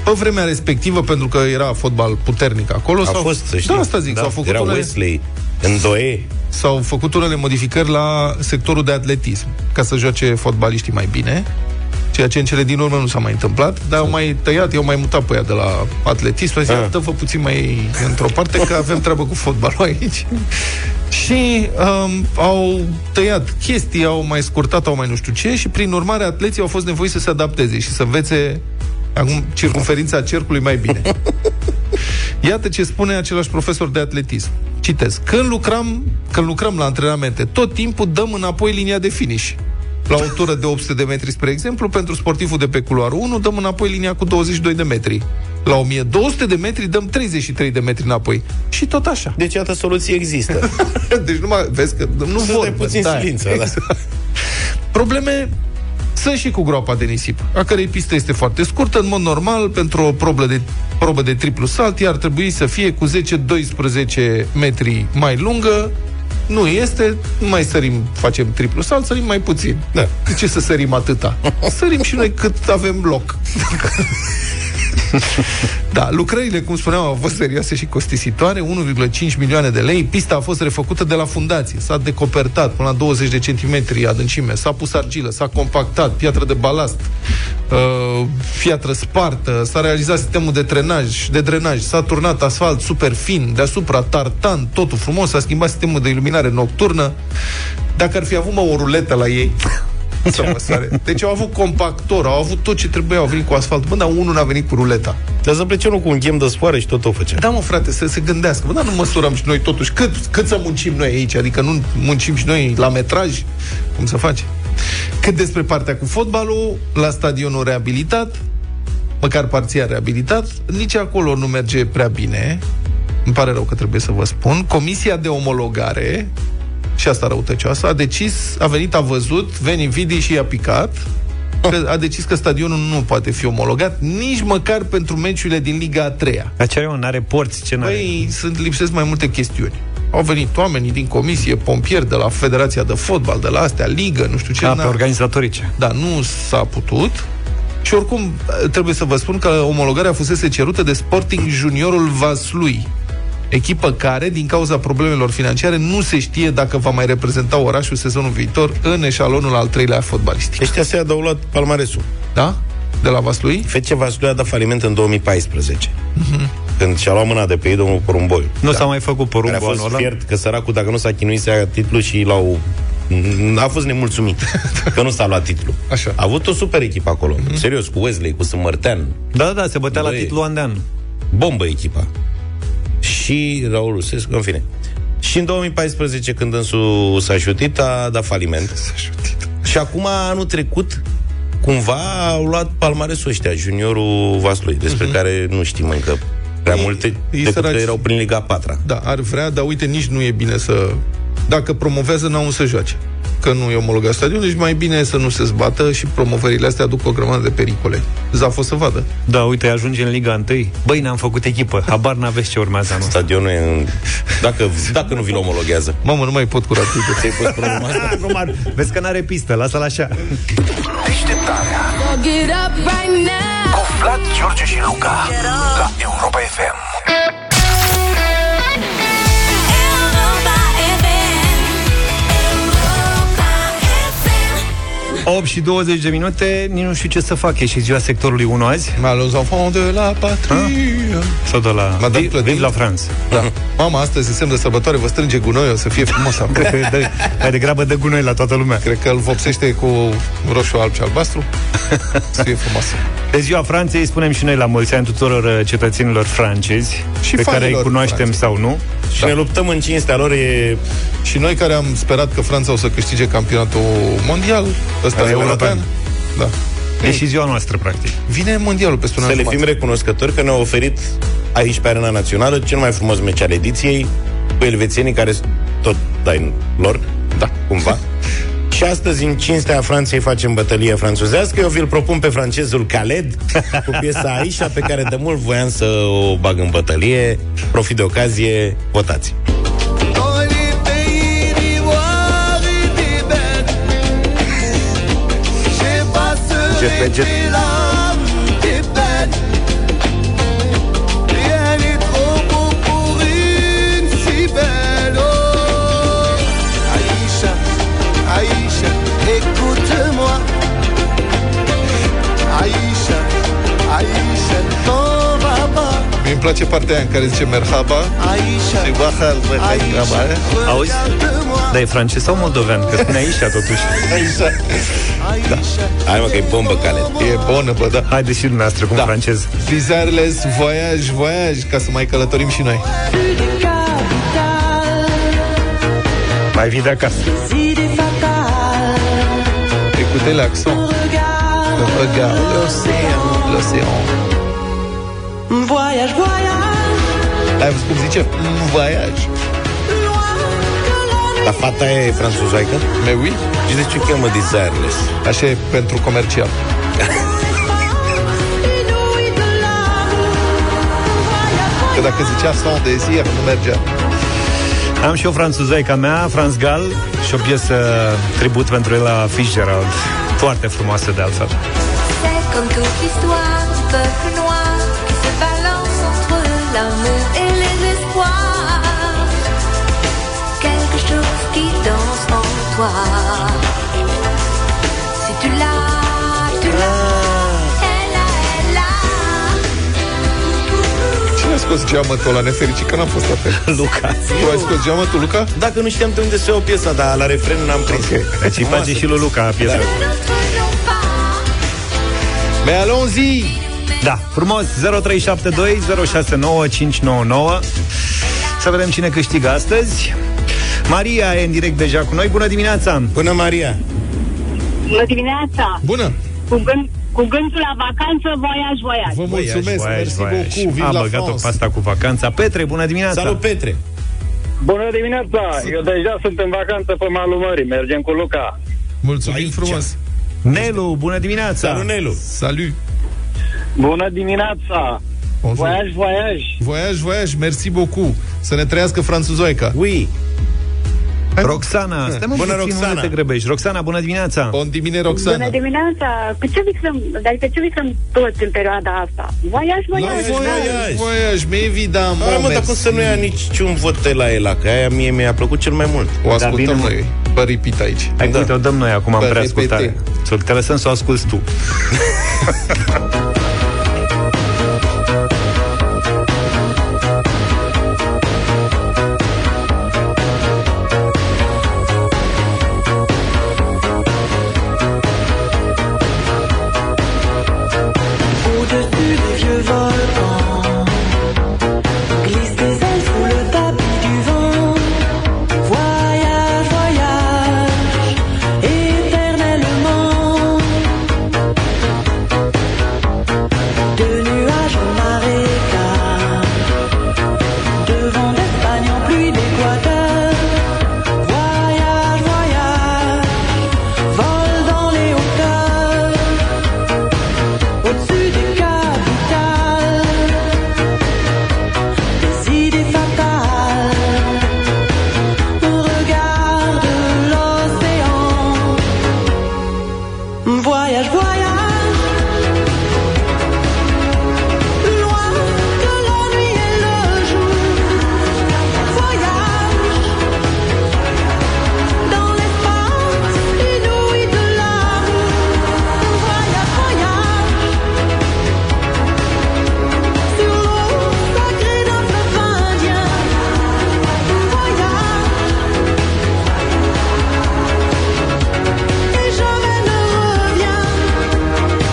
[SPEAKER 3] pe vremea respectivă, pentru că era fotbal puternic acolo,
[SPEAKER 4] A
[SPEAKER 3] s-au-
[SPEAKER 4] fost, să știi.
[SPEAKER 3] Da, asta zic, s-au făcut
[SPEAKER 4] Era
[SPEAKER 3] unele...
[SPEAKER 4] Wesley, în Doe.
[SPEAKER 3] s-au făcut unele modificări la sectorul de atletism, ca să joace fotbaliștii mai bine, ceea ce în cele din urmă nu s-a mai întâmplat, dar au mai tăiat, eu mai mutat pe ea de la atletism, a zis,
[SPEAKER 4] Ah.
[SPEAKER 3] dă-vă puțin mai într-o parte, că avem treabă cu fotbalul aici. [LAUGHS] și um, au tăiat chestii, au mai scurtat, au mai nu știu ce, și prin urmare atleții au fost nevoiți să se adapteze și să învețe acum circumferința cercului mai bine. Iată ce spune același profesor de atletism. Citez. Când lucrăm, când lucrăm la antrenamente, tot timpul dăm înapoi linia de finish. La o tură de 800 de metri, spre exemplu, pentru sportivul de pe culoarul 1, dăm înapoi linia cu 22 de metri. La 1200 de metri dăm 33 de metri înapoi. Și tot așa.
[SPEAKER 4] Deci, iată, soluție
[SPEAKER 3] [LAUGHS]
[SPEAKER 4] există.
[SPEAKER 3] Deci nu mai vezi că nu
[SPEAKER 4] Să
[SPEAKER 3] vor.
[SPEAKER 4] stai puțin
[SPEAKER 3] da.
[SPEAKER 4] silință, da.
[SPEAKER 3] Probleme sunt și cu groapa de nisip, a cărei pistă este foarte scurtă. În mod normal, pentru o probă de, probă de triplu salt, ea ar trebui să fie cu 10-12 metri mai lungă. Nu este, nu mai sărim, facem triplu salt, sărim mai puțin.
[SPEAKER 4] Da.
[SPEAKER 3] De ce să sărim atâta? Sărim și noi cât avem loc. Da, lucrările, cum spuneam, au fost serioase și costisitoare, 1,5 milioane de lei. Pista a fost refăcută de la fundație, s-a decopertat până la 20 de centimetri adâncime, s-a pus argilă, s-a compactat, piatră de balast, uh, piatră spartă, s-a realizat sistemul de drenaj, de drenaj, s-a turnat asfalt super fin, deasupra tartan, totul frumos, s-a schimbat sistemul de iluminare nocturnă. Dacă ar fi avut mă o ruletă la ei, să măsoare. Deci au avut compactor, au avut tot ce trebuia, au venit cu asfalt. Bă, dar unul n-a venit cu ruleta.
[SPEAKER 4] Dar să plece unul cu un ghem de sfoară și tot o făcea.
[SPEAKER 3] Da, mă, frate, să se gândească. Bă, dar nu măsurăm și noi totuși cât, cât să muncim noi aici? Adică nu muncim și noi la metraj? Cum să faci? Cât despre partea cu fotbalul, la stadionul reabilitat, măcar parțial reabilitat, nici acolo nu merge prea bine. Îmi pare rău că trebuie să vă spun. Comisia de omologare, și asta răutăcioasă, a decis, a venit, a văzut, veni Vidi și i-a picat, că a decis că stadionul nu poate fi omologat nici măcar pentru meciurile din Liga a treia.
[SPEAKER 2] Dar ce are, mă, n-are porți, ce n-are?
[SPEAKER 3] Păi, sunt lipsesc mai multe chestiuni. Au venit oamenii din comisie, pompieri de la Federația de Fotbal, de la astea, ligă, nu știu ce.
[SPEAKER 2] A,
[SPEAKER 3] n-a-
[SPEAKER 2] pe organizatorice.
[SPEAKER 3] dar nu s-a putut. Și oricum, trebuie să vă spun că omologarea fusese cerută de Sporting Juniorul Vaslui, echipă care, din cauza problemelor financiare, nu se știe dacă va mai reprezenta orașul sezonul viitor în eșalonul al treilea fotbalistic.
[SPEAKER 4] Ăștia se adăugat palmaresul.
[SPEAKER 3] Da? De la Vaslui?
[SPEAKER 4] FC Vaslui a dat faliment în 2014. Când și-a luat mâna de pe ei domnul Porumboiu.
[SPEAKER 2] Nu s-a mai făcut
[SPEAKER 4] Care a
[SPEAKER 2] porumbul
[SPEAKER 4] fost
[SPEAKER 2] anul ăla?
[SPEAKER 4] fiert că săracul, dacă nu s-a chinuit să ia titlul și l-au... A fost nemulțumit că nu s-a luat titlul.
[SPEAKER 3] Așa.
[SPEAKER 4] A avut o super echipă acolo. Serios, cu Wesley, cu Sâmbărtean.
[SPEAKER 2] Da, da, se bătea la
[SPEAKER 4] Băi.
[SPEAKER 2] titlu an de an.
[SPEAKER 4] Bombă echipa. Și Raul Rusescu, în fine. Și în 2014, când însu s-a șutit, a dat
[SPEAKER 3] [LAUGHS]
[SPEAKER 4] faliment. Și acum, anul trecut, cumva au luat palmaresul ăștia, juniorul Vaslui, despre care nu știm încă prea
[SPEAKER 3] Mhm. Ei-
[SPEAKER 4] multe,
[SPEAKER 3] ei
[SPEAKER 4] decât că
[SPEAKER 3] săraci.
[SPEAKER 4] erau prin Liga 4
[SPEAKER 3] Da, ar vrea, dar uite, nici nu e bine să... Dacă promovează, n-au unde să joace. Că nu e omologat stadionul, deci mai bine să nu se zbată și promovările astea aduc o grămadă de pericole. Zaf o să vadă.
[SPEAKER 2] Da, uite, ajunge în Liga 1. Băi, n-am făcut echipă. Habar n-aveți ce urmează anul.
[SPEAKER 4] Stadionul e în... Dacă, dacă nu vi-l omologează.
[SPEAKER 3] Mamă, nu mai pot cu rapidul.
[SPEAKER 4] Ți-ai pus [LAUGHS] problema asta?
[SPEAKER 2] Da, Vezi că n-are pistă, lasă-l așa.
[SPEAKER 1] Deșteptarea cu Vlad, George și Luca la Europa FM.
[SPEAKER 5] Europa FM
[SPEAKER 2] 8 și 20 de minute, nici nu știu ce să fac. E și ziua sectorului 1 azi.
[SPEAKER 3] Mais aux enfants de la patrie
[SPEAKER 2] Sau de la...
[SPEAKER 3] Madame
[SPEAKER 2] Vi-
[SPEAKER 3] Clădin.
[SPEAKER 2] Vive la [LAUGHS] France.
[SPEAKER 3] da. Mama, astăzi e semn de sărbătoare, vă strânge gunoiul, o să fie frumos acolo
[SPEAKER 2] Cred că dă, mai degrabă dă gunoi la toată lumea.
[SPEAKER 3] Cred că îl vopsește cu roșu, alb și albastru Să fie frumos
[SPEAKER 2] De ziua Franței spunem și noi la mulți ani tuturor uh, cetățenilor francezi,
[SPEAKER 3] Și
[SPEAKER 2] pe care îi
[SPEAKER 3] fanilor
[SPEAKER 2] cunoaștem
[SPEAKER 3] francezi.
[SPEAKER 2] sau nu.
[SPEAKER 3] Da.
[SPEAKER 4] Și ne luptăm în cinstea lor, e
[SPEAKER 3] Și noi care am sperat că Franța o să câștige campionatul mondial Ăsta
[SPEAKER 4] Ăla
[SPEAKER 3] e
[SPEAKER 4] e
[SPEAKER 3] european da.
[SPEAKER 2] E și ziua noastră, practic.
[SPEAKER 3] Vine mondialul pe
[SPEAKER 4] să
[SPEAKER 3] spune
[SPEAKER 4] le fim recunoscători că ne-au oferit aici pe Arena Națională cel mai frumos meci al ediției cu elvețienii care sunt tot dai lor, da, [LAUGHS] cumva. Și astăzi, în cinstea Franței, facem bătălie franțuzească. Eu vi-l propun pe francezul Khaled cu piesa Aisha, pe care de mult voiam să o bag în bătălie. Profit de ocazie, votați.
[SPEAKER 8] Jet pe jet. Aïcha, Aïcha, écoute-moi. Aïcha, Aïcha, t'en vas pas.
[SPEAKER 3] mi îmi place partea aia în care zice merhaba
[SPEAKER 8] Aïcha,
[SPEAKER 3] Și bahar, bahar,
[SPEAKER 8] Aïcha,
[SPEAKER 3] bahar.
[SPEAKER 2] Auzi?
[SPEAKER 8] regarde-moi.
[SPEAKER 2] Dar e francez sau moldovean? Că spune aici, totuși.
[SPEAKER 8] Aïcha,
[SPEAKER 4] Hai mă că e bombă, Khaled.
[SPEAKER 3] E bună, bă, da
[SPEAKER 2] Haideți și dumneavoastră cu da. francez.
[SPEAKER 3] Bizarles, voyage, voyage Ca să mai călătorim și noi
[SPEAKER 2] Mai vii de acasă.
[SPEAKER 3] Écoutez l'accent Regarde l'océan L'océan
[SPEAKER 9] Voyage, voyage,
[SPEAKER 3] Ai văzut cum zice? Un voyage.
[SPEAKER 4] Dar fata e franțuzaică?
[SPEAKER 3] Mais oui,
[SPEAKER 4] Și de ce o cheamă Desireless?
[SPEAKER 3] așa e pentru comercial. Că dacă zicea son de zi, nu mergea.
[SPEAKER 2] Am și o franțuzaica mea, Franz Gal, și o piesă tribut pentru el la Fitzgerald. Foarte frumoasă de altfel.
[SPEAKER 10] C'est comme toute l'histoire du peuple noir qui se balance entre l'amour et les espoirs. Quelque chose qui danse en toi. Si tu l'as, tu l'as. Elle a, elle a.
[SPEAKER 3] Cine a scos geamătul la nefericit? Că n-am fost la fel.
[SPEAKER 4] Luca.
[SPEAKER 3] Tu ai scos geamătul, Luca?
[SPEAKER 4] Dacă nu știam de unde se ia o piesă, dar la refren n-am prins.
[SPEAKER 2] Deci îi face și lui Luca piesa.
[SPEAKER 10] C'est notre non-pas.
[SPEAKER 3] Mais allons-y!
[SPEAKER 2] Da, frumos 0372 069599. Să vedem cine câștigă astăzi. Maria e în direct deja cu noi. Bună dimineața!
[SPEAKER 4] Bună, Maria!
[SPEAKER 11] Bună dimineața!
[SPEAKER 3] Bună!
[SPEAKER 11] Cu, gând, cu gândul la vacanță, voiaj, voiaj.
[SPEAKER 3] Vă mulțumesc, mersi beaucoup, vive
[SPEAKER 2] Am
[SPEAKER 3] la
[SPEAKER 2] băgat-o pe
[SPEAKER 3] France.
[SPEAKER 2] asta cu vacanța. Petre, bună dimineața!
[SPEAKER 4] Salut, Petre!
[SPEAKER 12] Bună dimineața! Da, Eu deja sunt în vacanță pe malul mării. Mergem cu Luca.
[SPEAKER 3] Mulțumim frumos!
[SPEAKER 2] Nelu, bună dimineața!
[SPEAKER 4] Salut, Nelu!
[SPEAKER 3] Salut!
[SPEAKER 12] Bună dimineața! Voiaj, voiaj!
[SPEAKER 3] Voiaj, voiaj, mersi beaucoup! Să ne trăiască franțuzoica!
[SPEAKER 4] Oui!
[SPEAKER 2] Roxana, stai mă
[SPEAKER 4] Bună,
[SPEAKER 2] puțin,
[SPEAKER 4] Roxana.
[SPEAKER 2] unde te grăbești? Roxana, bună dimineața!
[SPEAKER 3] Bun dimine, Roxana!
[SPEAKER 11] Bună dimineața! Cu ce visăm, dar pe ce visăm toți în perioada asta? Voiaj, voiaj!
[SPEAKER 4] voiaj,
[SPEAKER 3] Voiaj, voiaj, mi evident,
[SPEAKER 4] Hai, mă, dar cum
[SPEAKER 3] mersi.
[SPEAKER 4] să nu ia niciun vot de la el, că aia mie mi-a plăcut cel mai mult.
[SPEAKER 3] O ascultăm
[SPEAKER 2] bine, mă.
[SPEAKER 3] noi, pe repeat aici.
[SPEAKER 2] Hai că
[SPEAKER 4] Da.
[SPEAKER 2] uite, o dăm noi acum în
[SPEAKER 3] Bă,
[SPEAKER 2] preascultare.
[SPEAKER 3] repete.
[SPEAKER 2] Să te lăsăm să o asculti tu.
[SPEAKER 6] Au-dessus des vieux volcans Glissent des ailes sous le tapis du vent Voyage, voyage, éternellement De nuages au marécage De vent d'Espagne en pluie d'Équateur Voyage, voyage, vol dans les hauteurs au-dessus des capitales, des idées fatales, au regard de l'océan. Voyage, voyage, loin de la nuit et le jour. Voyage, dans l'espace inouï de l'amour. Voyage, voyage. Sur l'eau sacrée d'un fleuve indien Voyage Et jamais ne reviens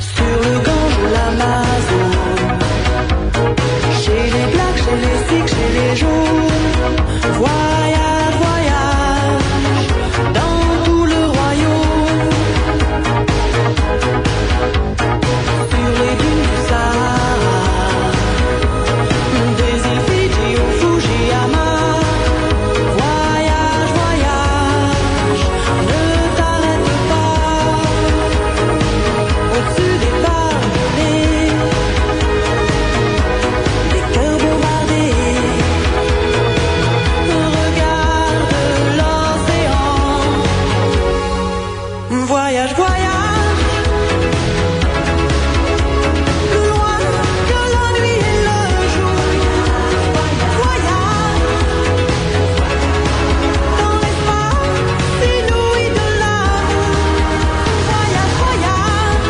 [SPEAKER 6] Sur le Gange ou l'Amazon chez les blacks, chez les sikhs, chez les jaunes. Voyage, voyage, dans tout le royaume. Sur les dunes du Sahara, des îles Fidji ou Fujiyama. Voyage, voyage, ne t'arrête pas. Au-dessus des palmiers, des cœurs bombardés, au regard de l'océan. Voyage, voyage, plus loin que la nuit et le jour. Voyage, dans l'espace inouï de l'amour. Voyage, voyage.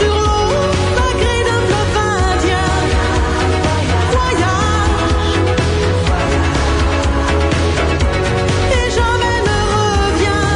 [SPEAKER 6] Sur l'eau sacrée d'un fleuve indien Voyage Et jamais ne reviens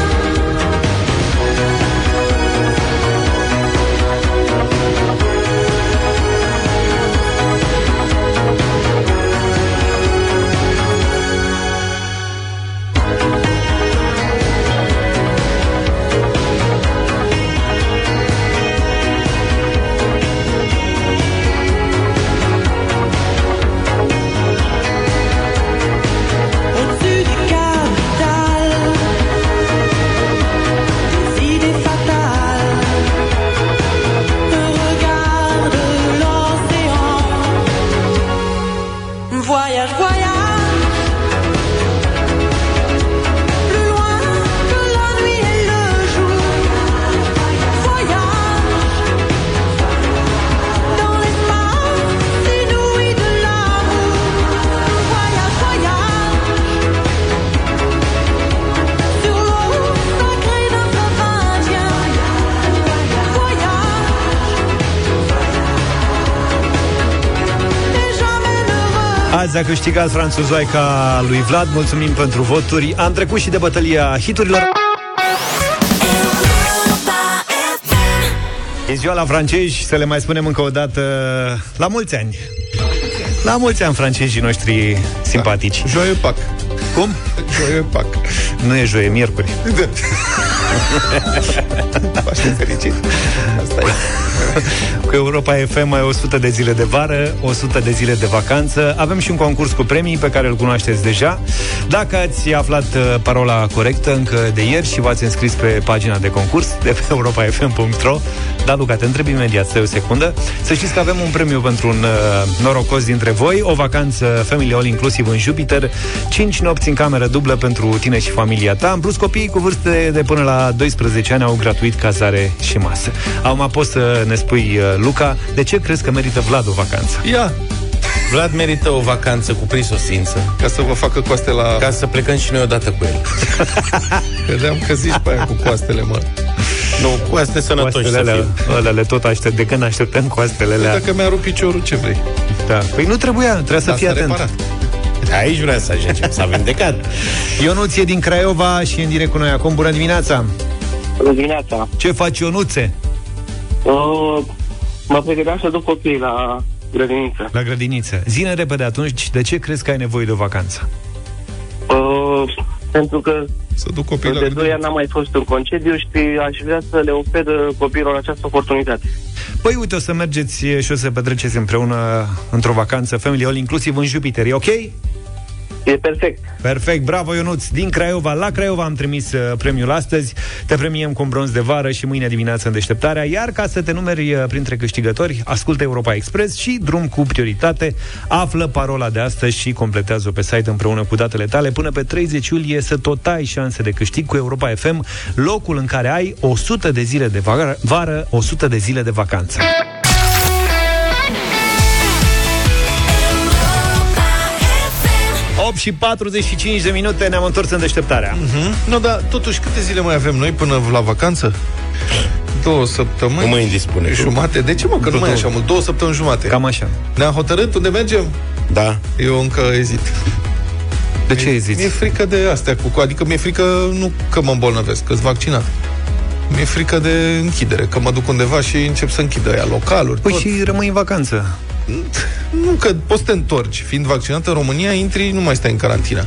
[SPEAKER 6] Au-dessus des capitales Des idées fatales Un regard de l'océan Voyage, voyage Plus loin que la nuit et le jour Voyage Dans l'espace inouï de l'amour Voyage, voyage sur l'eau sacrée d'un fleuve indien Voyage Et jamais ne reviens
[SPEAKER 2] Azi a câștigat franțuzoica lui Vlad. Mulțumim pentru voturi. Am trecut și de bătălia hiturilor.
[SPEAKER 13] Europa FM.
[SPEAKER 2] E ziua la francezi, să le mai spunem încă o dată la mulți ani. La mulți ani francezii noștri simpatici. Da.
[SPEAKER 3] Joie pac.
[SPEAKER 2] Cum?
[SPEAKER 3] Joie pac.
[SPEAKER 2] Nu e joie, miercuri.
[SPEAKER 3] [LAUGHS] Aș fi Da. fericit. Asta
[SPEAKER 2] Cu Europa FM ai 100 de zile de vară, 100 de zile de vacanță. Avem și un concurs cu premii pe care îl cunoașteți deja. Dacă ați aflat uh, parola corectă încă de ieri și v-ați înscris pe pagina de concurs de pe europafm.ro, da, Luca, te întreb imediat, stai o secundă. Să știți că avem un premiu pentru un uh, norocos dintre voi, o vacanță Family All inclusiv în Jupiter, 5 nopți în cameră dublă pentru tine și familia ta. În plus, copiii cu vârste de până la 12 ani au gratuit cazare și masă. Acum poți să ne spui, uh, Luca, de ce crezi că merită Vlad o vacanță?
[SPEAKER 4] Ia! Vlad merită o vacanță cu prisosință
[SPEAKER 3] Ca să vă facă coaste la...
[SPEAKER 4] Ca să plecăm și noi odată cu el
[SPEAKER 3] Credeam că zici pe aia cu coastele, mă.
[SPEAKER 4] Nu, cu astea sănătoși
[SPEAKER 2] Coastele
[SPEAKER 4] să
[SPEAKER 2] alea,
[SPEAKER 4] fim
[SPEAKER 2] alea le tot aștept, de când așteptăm
[SPEAKER 3] [LAUGHS]
[SPEAKER 2] coastele alea.
[SPEAKER 3] Dacă mi-a rupt piciorul, ce vrei?
[SPEAKER 2] Da. Păi nu trebuia, trebuia să
[SPEAKER 3] Dar
[SPEAKER 2] fii
[SPEAKER 3] s-a
[SPEAKER 2] atent.
[SPEAKER 3] reparat.
[SPEAKER 4] Aici vrea să ajungem, s-a [LAUGHS] vindecat
[SPEAKER 2] Ionuț e din Craiova și e în direct cu noi acum. Bună dimineața!
[SPEAKER 14] Bună dimineața!
[SPEAKER 2] Ce faci, Ionuțe?
[SPEAKER 14] Uh, mă pregăteam să duc copiii la grădiniță.
[SPEAKER 2] La grădiniță. Zine repede atunci, de ce crezi că ai nevoie de o vacanță?
[SPEAKER 14] Uh, pentru că
[SPEAKER 3] Să duc copiii la
[SPEAKER 14] de 2
[SPEAKER 3] grădiniță.
[SPEAKER 14] ani n-am mai fost în concediu și aș vrea să le ofer uh, copiilor această oportunitate.
[SPEAKER 2] Păi uite, o să mergeți și o să petreceți împreună într-o vacanță Family All, inclusiv în Jupiter, e ok?
[SPEAKER 14] E perfect.
[SPEAKER 2] Perfect, bravo Ionuț, din Craiova la Craiova am trimis uh, premiul astăzi Te premiem cu un bronz de vară și mâine dimineață în deșteptarea Iar ca să te numeri uh, printre câștigători, ascultă Europa Express și drum cu prioritate Află parola de astăzi și completează-o pe site împreună cu datele tale Până pe 30 iulie să tot ai șanse de câștig cu Europa FM Locul în care ai 100 de zile de vară, vară 100 de zile de vacanță
[SPEAKER 5] FM.
[SPEAKER 2] 8 și 45 de minute ne-am întors în deșteptarea
[SPEAKER 3] Hmm? Nu, dar totuși câte zile mai avem noi până la vacanță? Două săptămâni.
[SPEAKER 4] Mă indispune
[SPEAKER 3] Jumate? De ce mă, că nu mai e așa mult? Două săptămâni jumate.
[SPEAKER 2] Cam așa
[SPEAKER 3] Ne-am hotărât unde mergem?
[SPEAKER 4] Da
[SPEAKER 3] Eu încă ezit.
[SPEAKER 2] De ce
[SPEAKER 3] Mi-e
[SPEAKER 2] eziți?
[SPEAKER 3] frică de astea cu... Adică mi-e frică nu că mă îmbolnăvesc, că-s vaccinat. Mi-e frică de închidere, că mă duc undeva și încep să închid ăia localuri,
[SPEAKER 2] Păi
[SPEAKER 3] tot.
[SPEAKER 2] și rămâi în vacanță
[SPEAKER 3] Nu, că poți să te întorci. Fiind vaccinat în România, intri, nu mai stai în carantină.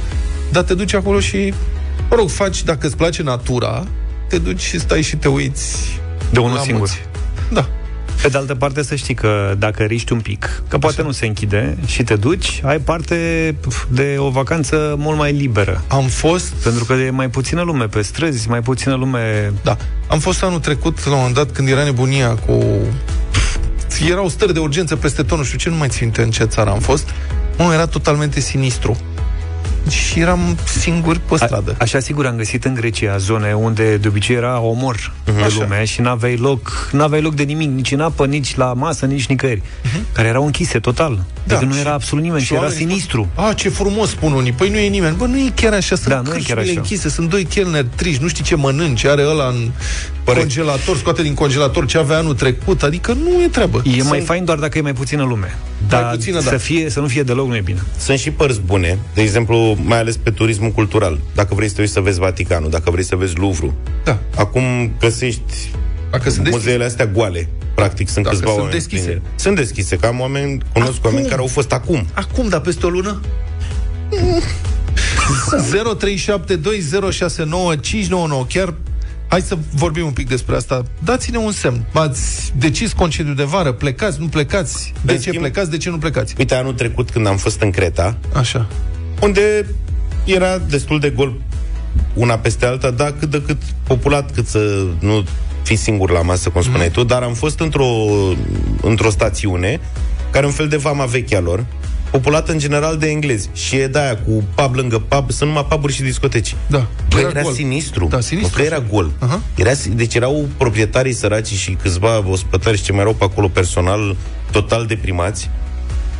[SPEAKER 3] Dar te duci acolo și, mă rog, faci, dacă îți place natura, te duci și stai și te uiți
[SPEAKER 2] De unul
[SPEAKER 3] la
[SPEAKER 2] singur.
[SPEAKER 3] munți. Da.
[SPEAKER 2] Pe de altă parte să știi că dacă riști un pic, că poate nu se închide și te duci, ai parte pf, de o vacanță mult mai liberă.
[SPEAKER 3] Am fost
[SPEAKER 2] Pentru că e mai puțină lume pe străzi, mai puțină lume...
[SPEAKER 3] Da. Am fost anul trecut, la un moment dat, când era nebunia cu... Pf, erau stări de urgență peste tot, nu știu ce, nu mai țin minte în ce țară am fost. Mă, era totalmente sinistru. Și eram singur pe stradă.
[SPEAKER 2] A, așa sigur am găsit în Grecia zone unde de obicei era omor de
[SPEAKER 3] Așa.
[SPEAKER 2] lume și n-aveai loc, n-aveai loc de nimic, nici în apă, nici la masă, nici nicăieri, care erau închise total. Da, adică nu
[SPEAKER 3] Mhm. și-
[SPEAKER 2] era absolut nimeni și, era
[SPEAKER 3] oamenii
[SPEAKER 2] sinistru.
[SPEAKER 3] Spun, a, ce frumos spun unii. Păi nu e nimeni. Bă, nu e chiar așa. Sunt
[SPEAKER 2] Da,
[SPEAKER 3] da,
[SPEAKER 2] nu e chiar
[SPEAKER 3] cârciumile
[SPEAKER 2] așa.
[SPEAKER 3] închise, sunt doi chelneri triși, nu știi ce mănânci, are ăla în
[SPEAKER 2] Păi-
[SPEAKER 3] congelator, scoate din congelator ce avea anul trecut. Adică nu e treabă.
[SPEAKER 2] E mai fain doar dacă e mai puțină lume.
[SPEAKER 3] Mai
[SPEAKER 2] Dar
[SPEAKER 3] puțină, da.
[SPEAKER 2] să, fie, să nu fie deloc nu e bine.
[SPEAKER 4] Sunt și părți bune, de exemplu, mai ales pe turismul cultural. Dacă vrei să te uiți să vezi Vaticanul, dacă vrei să vezi Louvre.
[SPEAKER 3] Da.
[SPEAKER 4] Acum găsești
[SPEAKER 3] Dacă sunt deschise.
[SPEAKER 4] muzeele astea goale. Practic, sunt
[SPEAKER 3] Dacă
[SPEAKER 4] câțiva
[SPEAKER 3] sunt
[SPEAKER 4] oameni.
[SPEAKER 3] deschise.
[SPEAKER 4] prin ele. Sunt deschise, că am oameni, cunosc
[SPEAKER 3] Acum?
[SPEAKER 4] oameni care au fost acum.
[SPEAKER 3] Acum, dar peste o lună? 0372069599 Chiar Hai să vorbim un pic despre asta. Dați-ne un semn. Ați decis concediu de vară? Plecați, nu plecați? De
[SPEAKER 4] În
[SPEAKER 3] ce
[SPEAKER 4] schimb-
[SPEAKER 3] plecați, de ce nu plecați?
[SPEAKER 4] Uite, anul trecut când am fost în Creta,
[SPEAKER 3] Așa.
[SPEAKER 4] unde era destul de gol una peste alta, dar cât de cât populat, cât să nu fii singur la masă, cum spuneai tu, dar am fost într-o, într-o stațiune care e un fel de vama veche a lor, populată în general de englezi. Și e de aia cu pub lângă pub, sunt numai puburi și discoteci.
[SPEAKER 3] Da.
[SPEAKER 4] Păi
[SPEAKER 3] Era
[SPEAKER 4] era,
[SPEAKER 3] gol.
[SPEAKER 4] sinistru.
[SPEAKER 3] Da, sinistru.
[SPEAKER 4] Că era gol.
[SPEAKER 3] Aha.
[SPEAKER 4] Era, si- deci erau proprietarii săraci și câțiva ospătari și ce mai erau pe acolo personal total deprimați.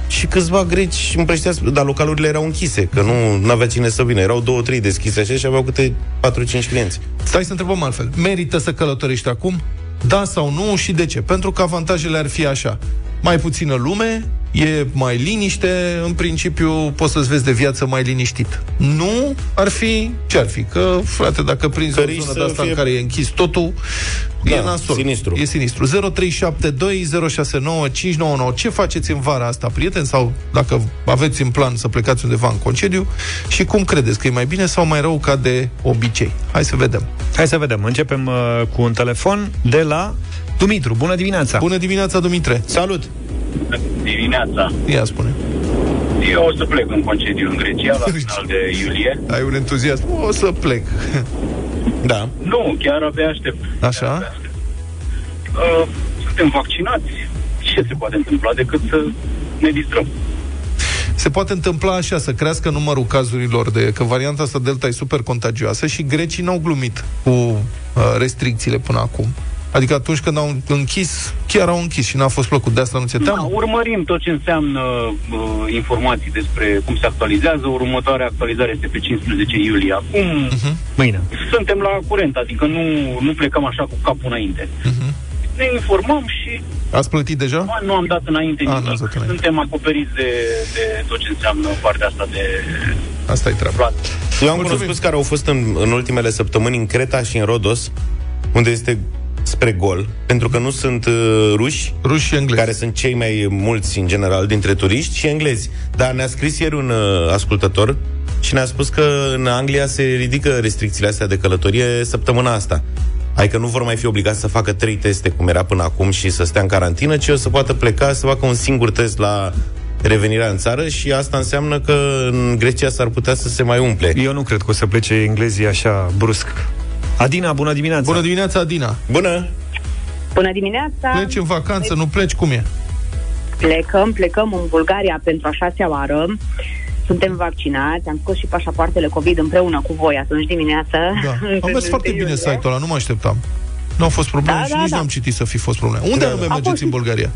[SPEAKER 4] Și câțiva greci împrășteați, dar localurile erau închise, că nu avea cine să vină. Erau două, trei deschise așa și aveau câte 4-5 clienți.
[SPEAKER 3] Stai să întrebăm altfel. Merită să călătorești acum? Da sau nu și de ce? Pentru că avantajele ar fi așa. mai puțină lume, e mai liniște, în principiu poți să-ți vezi de viață mai liniștit. Nu ar fi, ce ar fi? Că, frate, dacă prinzi
[SPEAKER 4] Că
[SPEAKER 3] o
[SPEAKER 4] risc
[SPEAKER 3] zonă
[SPEAKER 4] să
[SPEAKER 3] de asta fie...
[SPEAKER 4] fie-
[SPEAKER 3] în care e închis totul, da, e
[SPEAKER 4] Da,
[SPEAKER 3] nasol.
[SPEAKER 4] sinistru.
[SPEAKER 3] E sinistru. 0372069599. Ce faceți în vara asta, prieteni? Sau dacă aveți în plan să plecați undeva în concediu și cum credeți că e mai bine sau mai rău ca de obicei? Hai să vedem.
[SPEAKER 2] Hai să vedem. Începem uh, cu un telefon de la Dumitru. Bună dimineața!
[SPEAKER 3] Bună dimineața, Dumitre!
[SPEAKER 2] Salut!
[SPEAKER 15] Dimineața.
[SPEAKER 3] Ia spune.
[SPEAKER 15] Eu o să plec în concediu în Grecia la final de iulie.
[SPEAKER 3] Ai un entuziasm. O să plec. [LAUGHS] da.
[SPEAKER 15] Nu, chiar abia aștept.
[SPEAKER 3] Așa?
[SPEAKER 15] Uh, suntem vaccinați. Ce se poate întâmpla decât să ne distrăm?
[SPEAKER 3] Se poate întâmpla așa, să crească numărul cazurilor de că varianta asta Delta e super contagioasă și grecii n-au glumit cu uh, restricțiile până acum. Adică atunci când au închis, chiar au închis și n-a fost plăcut. De asta nu ți-e
[SPEAKER 15] Da,
[SPEAKER 3] teamă?
[SPEAKER 15] urmărim tot ce înseamnă uh, informații despre cum se actualizează. Următoarea actualizare este pe 15 iulie. Acum
[SPEAKER 3] Mhm.
[SPEAKER 15] uh-huh.
[SPEAKER 2] Mâine.
[SPEAKER 15] suntem la curent, adică nu, nu plecăm așa cu capul înainte.
[SPEAKER 3] Mhm.
[SPEAKER 15] Uh-huh. Ne informăm și
[SPEAKER 3] Ați plătit deja?
[SPEAKER 15] Ba, nu am dat înainte
[SPEAKER 3] A,
[SPEAKER 15] nimic.
[SPEAKER 3] Ah, n-ați dat înainte.
[SPEAKER 15] Suntem acoperiți de, de tot ce înseamnă partea asta de...
[SPEAKER 3] Asta e treaba.
[SPEAKER 4] Eu am cunoscut care au fost în, în ultimele săptămâni în Creta și în Rodos, unde este spre gol, pentru că nu sunt uh, ruși,
[SPEAKER 3] ruși și englezi.
[SPEAKER 4] care sunt cei mai mulți în general dintre turiști și englezi. Dar ne-a scris ieri un uh, ascultător și ne-a spus că în Anglia se ridică restricțiile astea de călătorie săptămâna asta. Adică nu vor mai fi obligați să facă trei teste cum era până acum și să stea în carantină, ci o să poată pleca să facă un singur test la revenirea în țară și asta înseamnă că în Grecia s-ar putea să se mai umple.
[SPEAKER 2] Eu nu cred că o să plece englezii așa brusc. Adina, bună dimineața! Bună
[SPEAKER 3] dimineața, Adina!
[SPEAKER 4] Bună!
[SPEAKER 11] Bună dimineața!
[SPEAKER 3] Pleci în vacanță, nu pleci cum e?
[SPEAKER 11] Plecăm, plecăm în Bulgaria pentru a șasea oară. Suntem vaccinați, am scos și pașapoartele COVID împreună cu voi atunci dimineață. [LAUGHS]
[SPEAKER 3] Da.
[SPEAKER 11] Pe
[SPEAKER 3] A
[SPEAKER 11] 1
[SPEAKER 3] mers foarte bine
[SPEAKER 11] iulie.
[SPEAKER 3] site-ul ăla, nu mă așteptam. Nu au fost probleme
[SPEAKER 11] Da,
[SPEAKER 3] și
[SPEAKER 11] da,
[SPEAKER 3] nici
[SPEAKER 11] da.
[SPEAKER 3] n-am citit să fi fost probleme.
[SPEAKER 11] Da,
[SPEAKER 3] Unde anume
[SPEAKER 11] da. A fost-
[SPEAKER 3] mergeți în Bulgaria?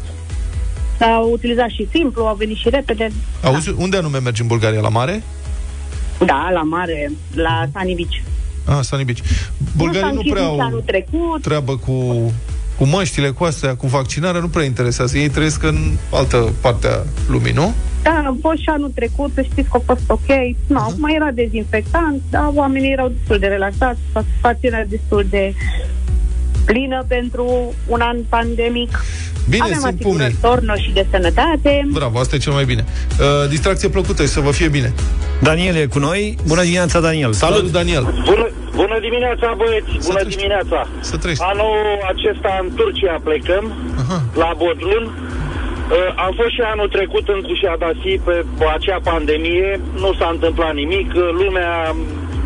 [SPEAKER 11] S-a utilizat și simplu, a venit și repede.
[SPEAKER 3] Auzi, unde anume mergi în Bulgaria? La mare?
[SPEAKER 11] Da, la mare, la Sanivici.
[SPEAKER 3] Ah, Sunny Beach. Bulgarii
[SPEAKER 11] s-a
[SPEAKER 3] nu
[SPEAKER 11] închis
[SPEAKER 3] prea
[SPEAKER 11] nici anul
[SPEAKER 3] au
[SPEAKER 11] trecut.
[SPEAKER 3] treabă cu, cu măștile, cu astea, cu vaccinarea, nu prea interesează. Ei trăiesc în altă parte a lumii, nu?
[SPEAKER 11] Da, am fost și anul trecut, știți că a fost ok. Nu, no, mai era dezinfectant, dar oamenii erau destul de relaxați, stațiunea era destul de plină pentru un an pandemic.
[SPEAKER 3] Bine,
[SPEAKER 11] Avem
[SPEAKER 3] sunt pumnii.
[SPEAKER 11] asigurări tornă și de sănătate.
[SPEAKER 3] Bravo, asta e cel mai bine. Uh, distracție plăcută și să vă fie bine.
[SPEAKER 2] Daniel e cu noi. Bună dimineața, Daniel!
[SPEAKER 3] Salut, Daniel!
[SPEAKER 16] Bună, bună dimineața, băieți! Bună dimineața!
[SPEAKER 3] Să treci.
[SPEAKER 16] Anul acesta în Turcia plecăm, Aha. la Bodrum. Uh, am fost și anul trecut în Cușadasi pe, pe acea pandemie, nu s-a întâmplat nimic, uh, lumea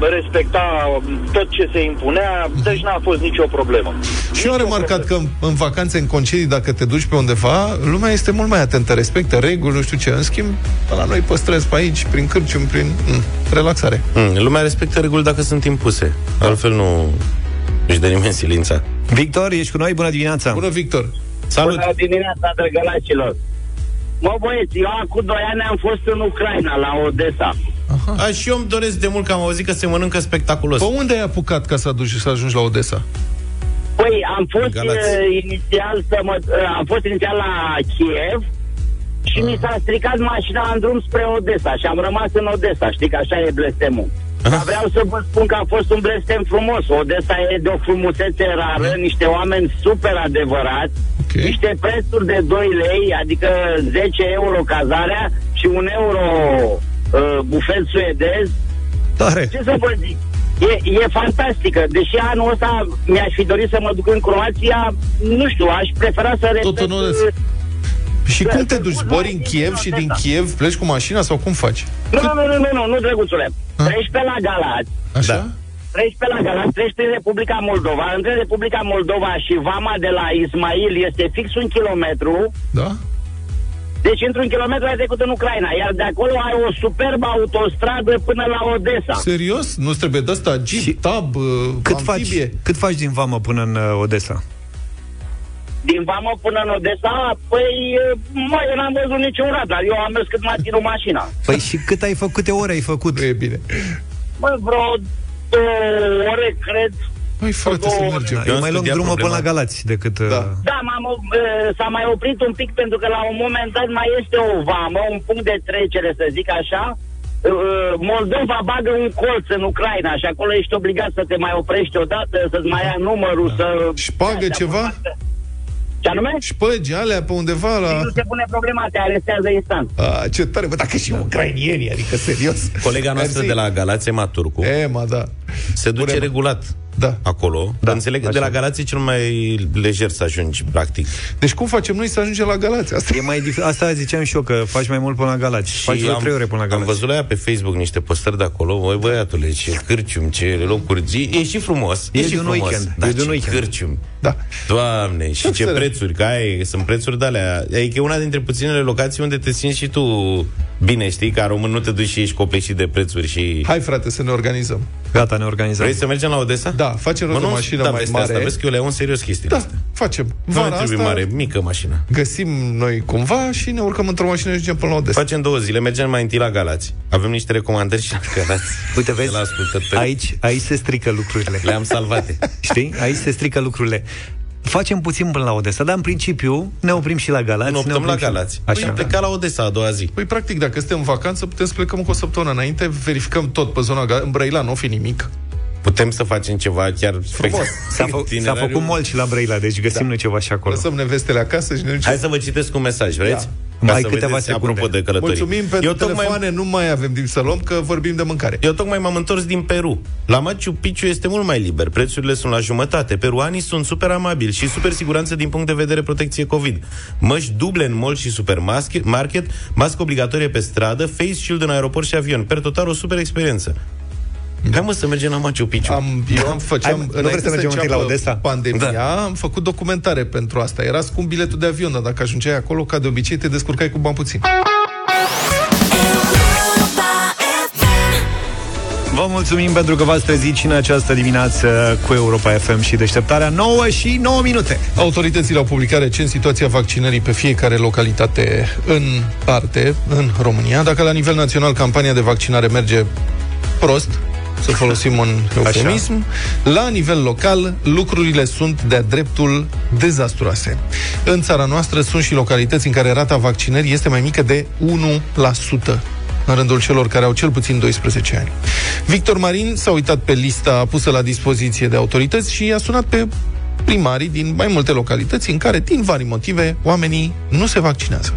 [SPEAKER 16] respecta uh, tot ce se impunea, deci n-a fost nicio problemă.
[SPEAKER 3] Și eu am remarcat că în, în vacanțe, în concedii, dacă te duci pe undeva, lumea este mult mai atentă, respectă reguli, nu știu ce. În schimb, la noi păstrez pe aici, prin cârcium, prin mm, relaxare.
[SPEAKER 4] Mm, lumea respectă reguli dacă sunt impuse. Altfel nu își dă nimeni silința.
[SPEAKER 2] Victor, ești cu noi? Bună dimineața!
[SPEAKER 3] Bună, Victor!
[SPEAKER 4] Salut!
[SPEAKER 16] Bună dimineața, drăgălașilor! Mă, băieți, eu acum 2 ani am fost în Ucraina, la Odessa.
[SPEAKER 4] A, Ah, și eu îmi doresc de mult că am auzit că se mănâncă spectaculos.
[SPEAKER 3] Pe unde ai apucat ca să, aduci, să ajungi la Odessa?
[SPEAKER 16] Păi, am fost
[SPEAKER 3] Galați.
[SPEAKER 16] uh, inițial să mă, uh, am fost inițial la Kiev și mi s-a stricat mașina în drum spre Odessa și am rămas în Odessa, știi că așa e blestemul. Dar vreau să vă spun că a fost un blestem frumos. Odessa e de o frumusețe rară, niște oameni super adevărați, okay. niște prețuri de 2 lei, adică 10 euro cazarea și 1 euro uh, bufet suedez.
[SPEAKER 2] Tare.
[SPEAKER 16] Ce să vă zic? E, e fantastică. Deși anul ăsta mi-aș fi dorit să mă duc în Croația, nu știu, aș prefera să uh, repet...
[SPEAKER 3] Tot în Odessa. Și cum te duci? Zbori în Kiev și din Kiev pleci cu mașina sau cum faci?
[SPEAKER 16] Nu, nu, nu, nu, nu, nu, drăguțule. Treci pe la Galați,
[SPEAKER 3] Așa? Da.
[SPEAKER 16] treci pe la Galați, treci prin Republica Moldova. Între Republica Moldova și Vama de la Ismail este fix un kilometru.
[SPEAKER 3] Da?
[SPEAKER 16] Deci într-un kilometru ai trecut în Ucraina, iar de acolo ai o superbă autostradă până la Odessa.
[SPEAKER 3] Da? Serios? nu trebuie de asta jeep, și tab, uh,
[SPEAKER 2] cât faci, cât faci din vamă până în uh, Odessa?
[SPEAKER 16] Din Vama până în Odessa, păi, mă, eu n-am văzut niciun radar. Eu am mers cât m-a ținut mașina.
[SPEAKER 2] Păi și cât ai
[SPEAKER 3] Păi
[SPEAKER 2] făcut, câte ore ai făcut?
[SPEAKER 3] E bine.
[SPEAKER 16] Mă, vreo două ore, cred,
[SPEAKER 3] Păi, frate, să mergem.
[SPEAKER 2] Da, e mai lung drumul până la Galați decât... Da.
[SPEAKER 16] Da, m-am, o- e, s-a mai oprit un pic pentru că la un moment dat mai este o vamă, un punct de trecere, să zic așa. E, Moldova bagă un colț în Ucraina și acolo ești obligat să te mai oprești odată, să-ți mai ia numărul, să...
[SPEAKER 3] Da. Și
[SPEAKER 16] Da,
[SPEAKER 3] pagă ceva?
[SPEAKER 16] Ce anume?
[SPEAKER 3] Șpăgi, alea pe undeva la...
[SPEAKER 16] Nu se pune problema, te arestează instant.
[SPEAKER 3] A, Uh, ce tare, bă, dacă și ucrainienii, adică serios.
[SPEAKER 4] Colega noastră
[SPEAKER 3] Mersi.
[SPEAKER 4] de la Galați, Ema Turcu,
[SPEAKER 3] Ema, da.
[SPEAKER 4] se duce
[SPEAKER 3] Bună, mă.
[SPEAKER 4] regulat
[SPEAKER 3] da.
[SPEAKER 4] acolo. Da, înțeleg că de la Galați e cel mai lejer să ajungi, practic.
[SPEAKER 3] Deci cum facem noi să ajungem la Galați? Asta
[SPEAKER 2] E mai dif- Asta ziceam și eu, că faci mai mult până la Galați. Și faci vreo trei ore până la
[SPEAKER 4] am
[SPEAKER 2] Galați.
[SPEAKER 4] văzut la ea pe Facebook niște postări de acolo, voi băiatule, ce cârcium, ce locuri, zi, e și frumos. E,
[SPEAKER 2] E
[SPEAKER 4] și
[SPEAKER 2] de un
[SPEAKER 4] frumos,
[SPEAKER 2] weekend,
[SPEAKER 4] Da,
[SPEAKER 2] e de un
[SPEAKER 4] ce
[SPEAKER 2] weekend.
[SPEAKER 4] cârcium. Da. Doamne, și ce prețuri, că ai, sunt prețuri de alea. Adică e una dintre puținele locații unde te simți și tu bine, știi, ca român nu te duci și ești copleșit de prețuri și...
[SPEAKER 3] Hai, frate, să ne organizăm.
[SPEAKER 2] Gata, ne organizăm.
[SPEAKER 4] Vrei să mergem la Odessa?
[SPEAKER 3] Da, facem rost
[SPEAKER 4] Mă,
[SPEAKER 3] o
[SPEAKER 4] nu
[SPEAKER 3] mașină
[SPEAKER 4] da,
[SPEAKER 3] mai
[SPEAKER 4] vezi,
[SPEAKER 3] mare.
[SPEAKER 4] Asta, vezi că eu le un serios chestiile
[SPEAKER 3] Da,
[SPEAKER 4] astea.
[SPEAKER 3] facem.
[SPEAKER 4] Nu ne
[SPEAKER 3] Vara
[SPEAKER 4] trebuie
[SPEAKER 3] asta
[SPEAKER 4] mare, mică mașină.
[SPEAKER 3] găsim noi cumva și ne urcăm într-o mașină și ajungem până la Odessa.
[SPEAKER 4] Facem două zile, mergem mai întâi la Galați. Avem niște recomandări și la Galați.
[SPEAKER 2] Uite, vezi,
[SPEAKER 4] De la ascultători.
[SPEAKER 2] aici, aici se strică lucrurile.
[SPEAKER 4] Le-am salvate.
[SPEAKER 2] Știi? Aici se strică lucrurile. Facem puțin până la Odessa, dar în principiu ne oprim și la Galați.
[SPEAKER 4] Ne optăm
[SPEAKER 2] oprim
[SPEAKER 4] la
[SPEAKER 2] și-
[SPEAKER 4] Galați. Așa.
[SPEAKER 2] Așa.
[SPEAKER 4] Păi am plecat la Odessa a doua zi.
[SPEAKER 3] Păi, practic, dacă suntem în vacanță, putem să plecăm cu o săptămână înainte, verificăm tot pe zona Galați. În Brăila nu o fi nimic.
[SPEAKER 4] Putem să facem ceva chiar frumos.
[SPEAKER 2] S-a, fă- s-a făcut mol și la Brăila, deci
[SPEAKER 4] Da.
[SPEAKER 2] găsim noi ceva și acolo.
[SPEAKER 3] Lăsăm nevestele acasă și ne ducem.
[SPEAKER 4] Hai să vă citesc un mesaj, vreți?
[SPEAKER 2] Da.
[SPEAKER 4] Ca
[SPEAKER 2] Mai
[SPEAKER 4] să
[SPEAKER 2] câteva
[SPEAKER 4] vedeți,
[SPEAKER 2] secunde.
[SPEAKER 4] Apropo de călătorii.
[SPEAKER 3] Mulțumim pentru
[SPEAKER 4] Eu tocmai-
[SPEAKER 3] telefoane, nu mai avem timp să luăm, că vorbim de mâncare.
[SPEAKER 4] Eu tocmai m-am întors din Peru. La Machu Picchu este mult mai liber, prețurile sunt la jumătate, peruanii sunt super amabili și super siguranță din punct de vedere protecție COVID. Măști duble în mall și supermarket, mască obligatorie pe stradă, face shield în aeroport și avion. Per total, o super experiență. Hai mă să mergem la Machu Picchu.
[SPEAKER 3] Am, eu am
[SPEAKER 2] Hai,
[SPEAKER 3] făceam,
[SPEAKER 2] mă, nu
[SPEAKER 3] înainte
[SPEAKER 2] vrei să mergem întâi la
[SPEAKER 3] înceapă
[SPEAKER 2] Odessa?
[SPEAKER 3] Pandemia, da. am făcut documentare pentru asta. Era scump biletul de avion, dar dacă ajungeai acolo, ca de obicei, te descurcai cu bani puțin.
[SPEAKER 2] Vă mulțumim pentru că v-ați trezit și în această dimineață cu Europa FM și deșteptarea 9 și 9 minute.
[SPEAKER 3] Autoritățile au publicat recent situația vaccinării pe fiecare localitate în parte, în România. Dacă la nivel național campania de vaccinare merge prost, să folosim un eufemism, la nivel local lucrurile sunt de-a dreptul dezastruoase. În țara noastră sunt și localități în care rata vaccinării este mai mică de 1% în rândul celor care au cel puțin 12 ani. Victor Marin s-a uitat pe lista pusă la dispoziție de autorități și a sunat pe primarii din mai multe localități în care, din vari motive, oamenii nu se vaccinează.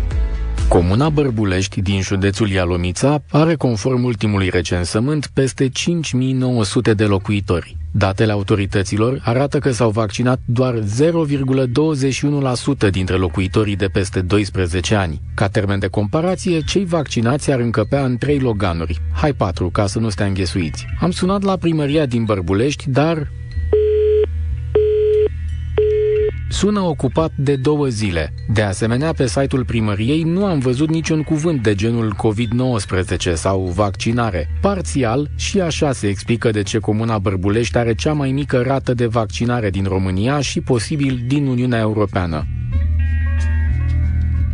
[SPEAKER 17] Comuna Bărbulești din județul Ialomița are conform ultimului recensământ peste 5900 de locuitori. Datele autorităților arată că s-au vaccinat doar 0,21% dintre locuitorii de peste 12 ani. Ca termen de comparație, cei vaccinați ar încăpea în 3 loganuri. Hai 4, ca să nu stea înghesuiți. Am sunat la primăria din Bărbulești, dar sună ocupat de două zile. De asemenea, pe site-ul primăriei nu am văzut niciun cuvânt de genul COVID-19 sau vaccinare. Parțial, și așa se explică de ce Comuna Bărbulești are cea mai mică rată de vaccinare din România și posibil din Uniunea Europeană.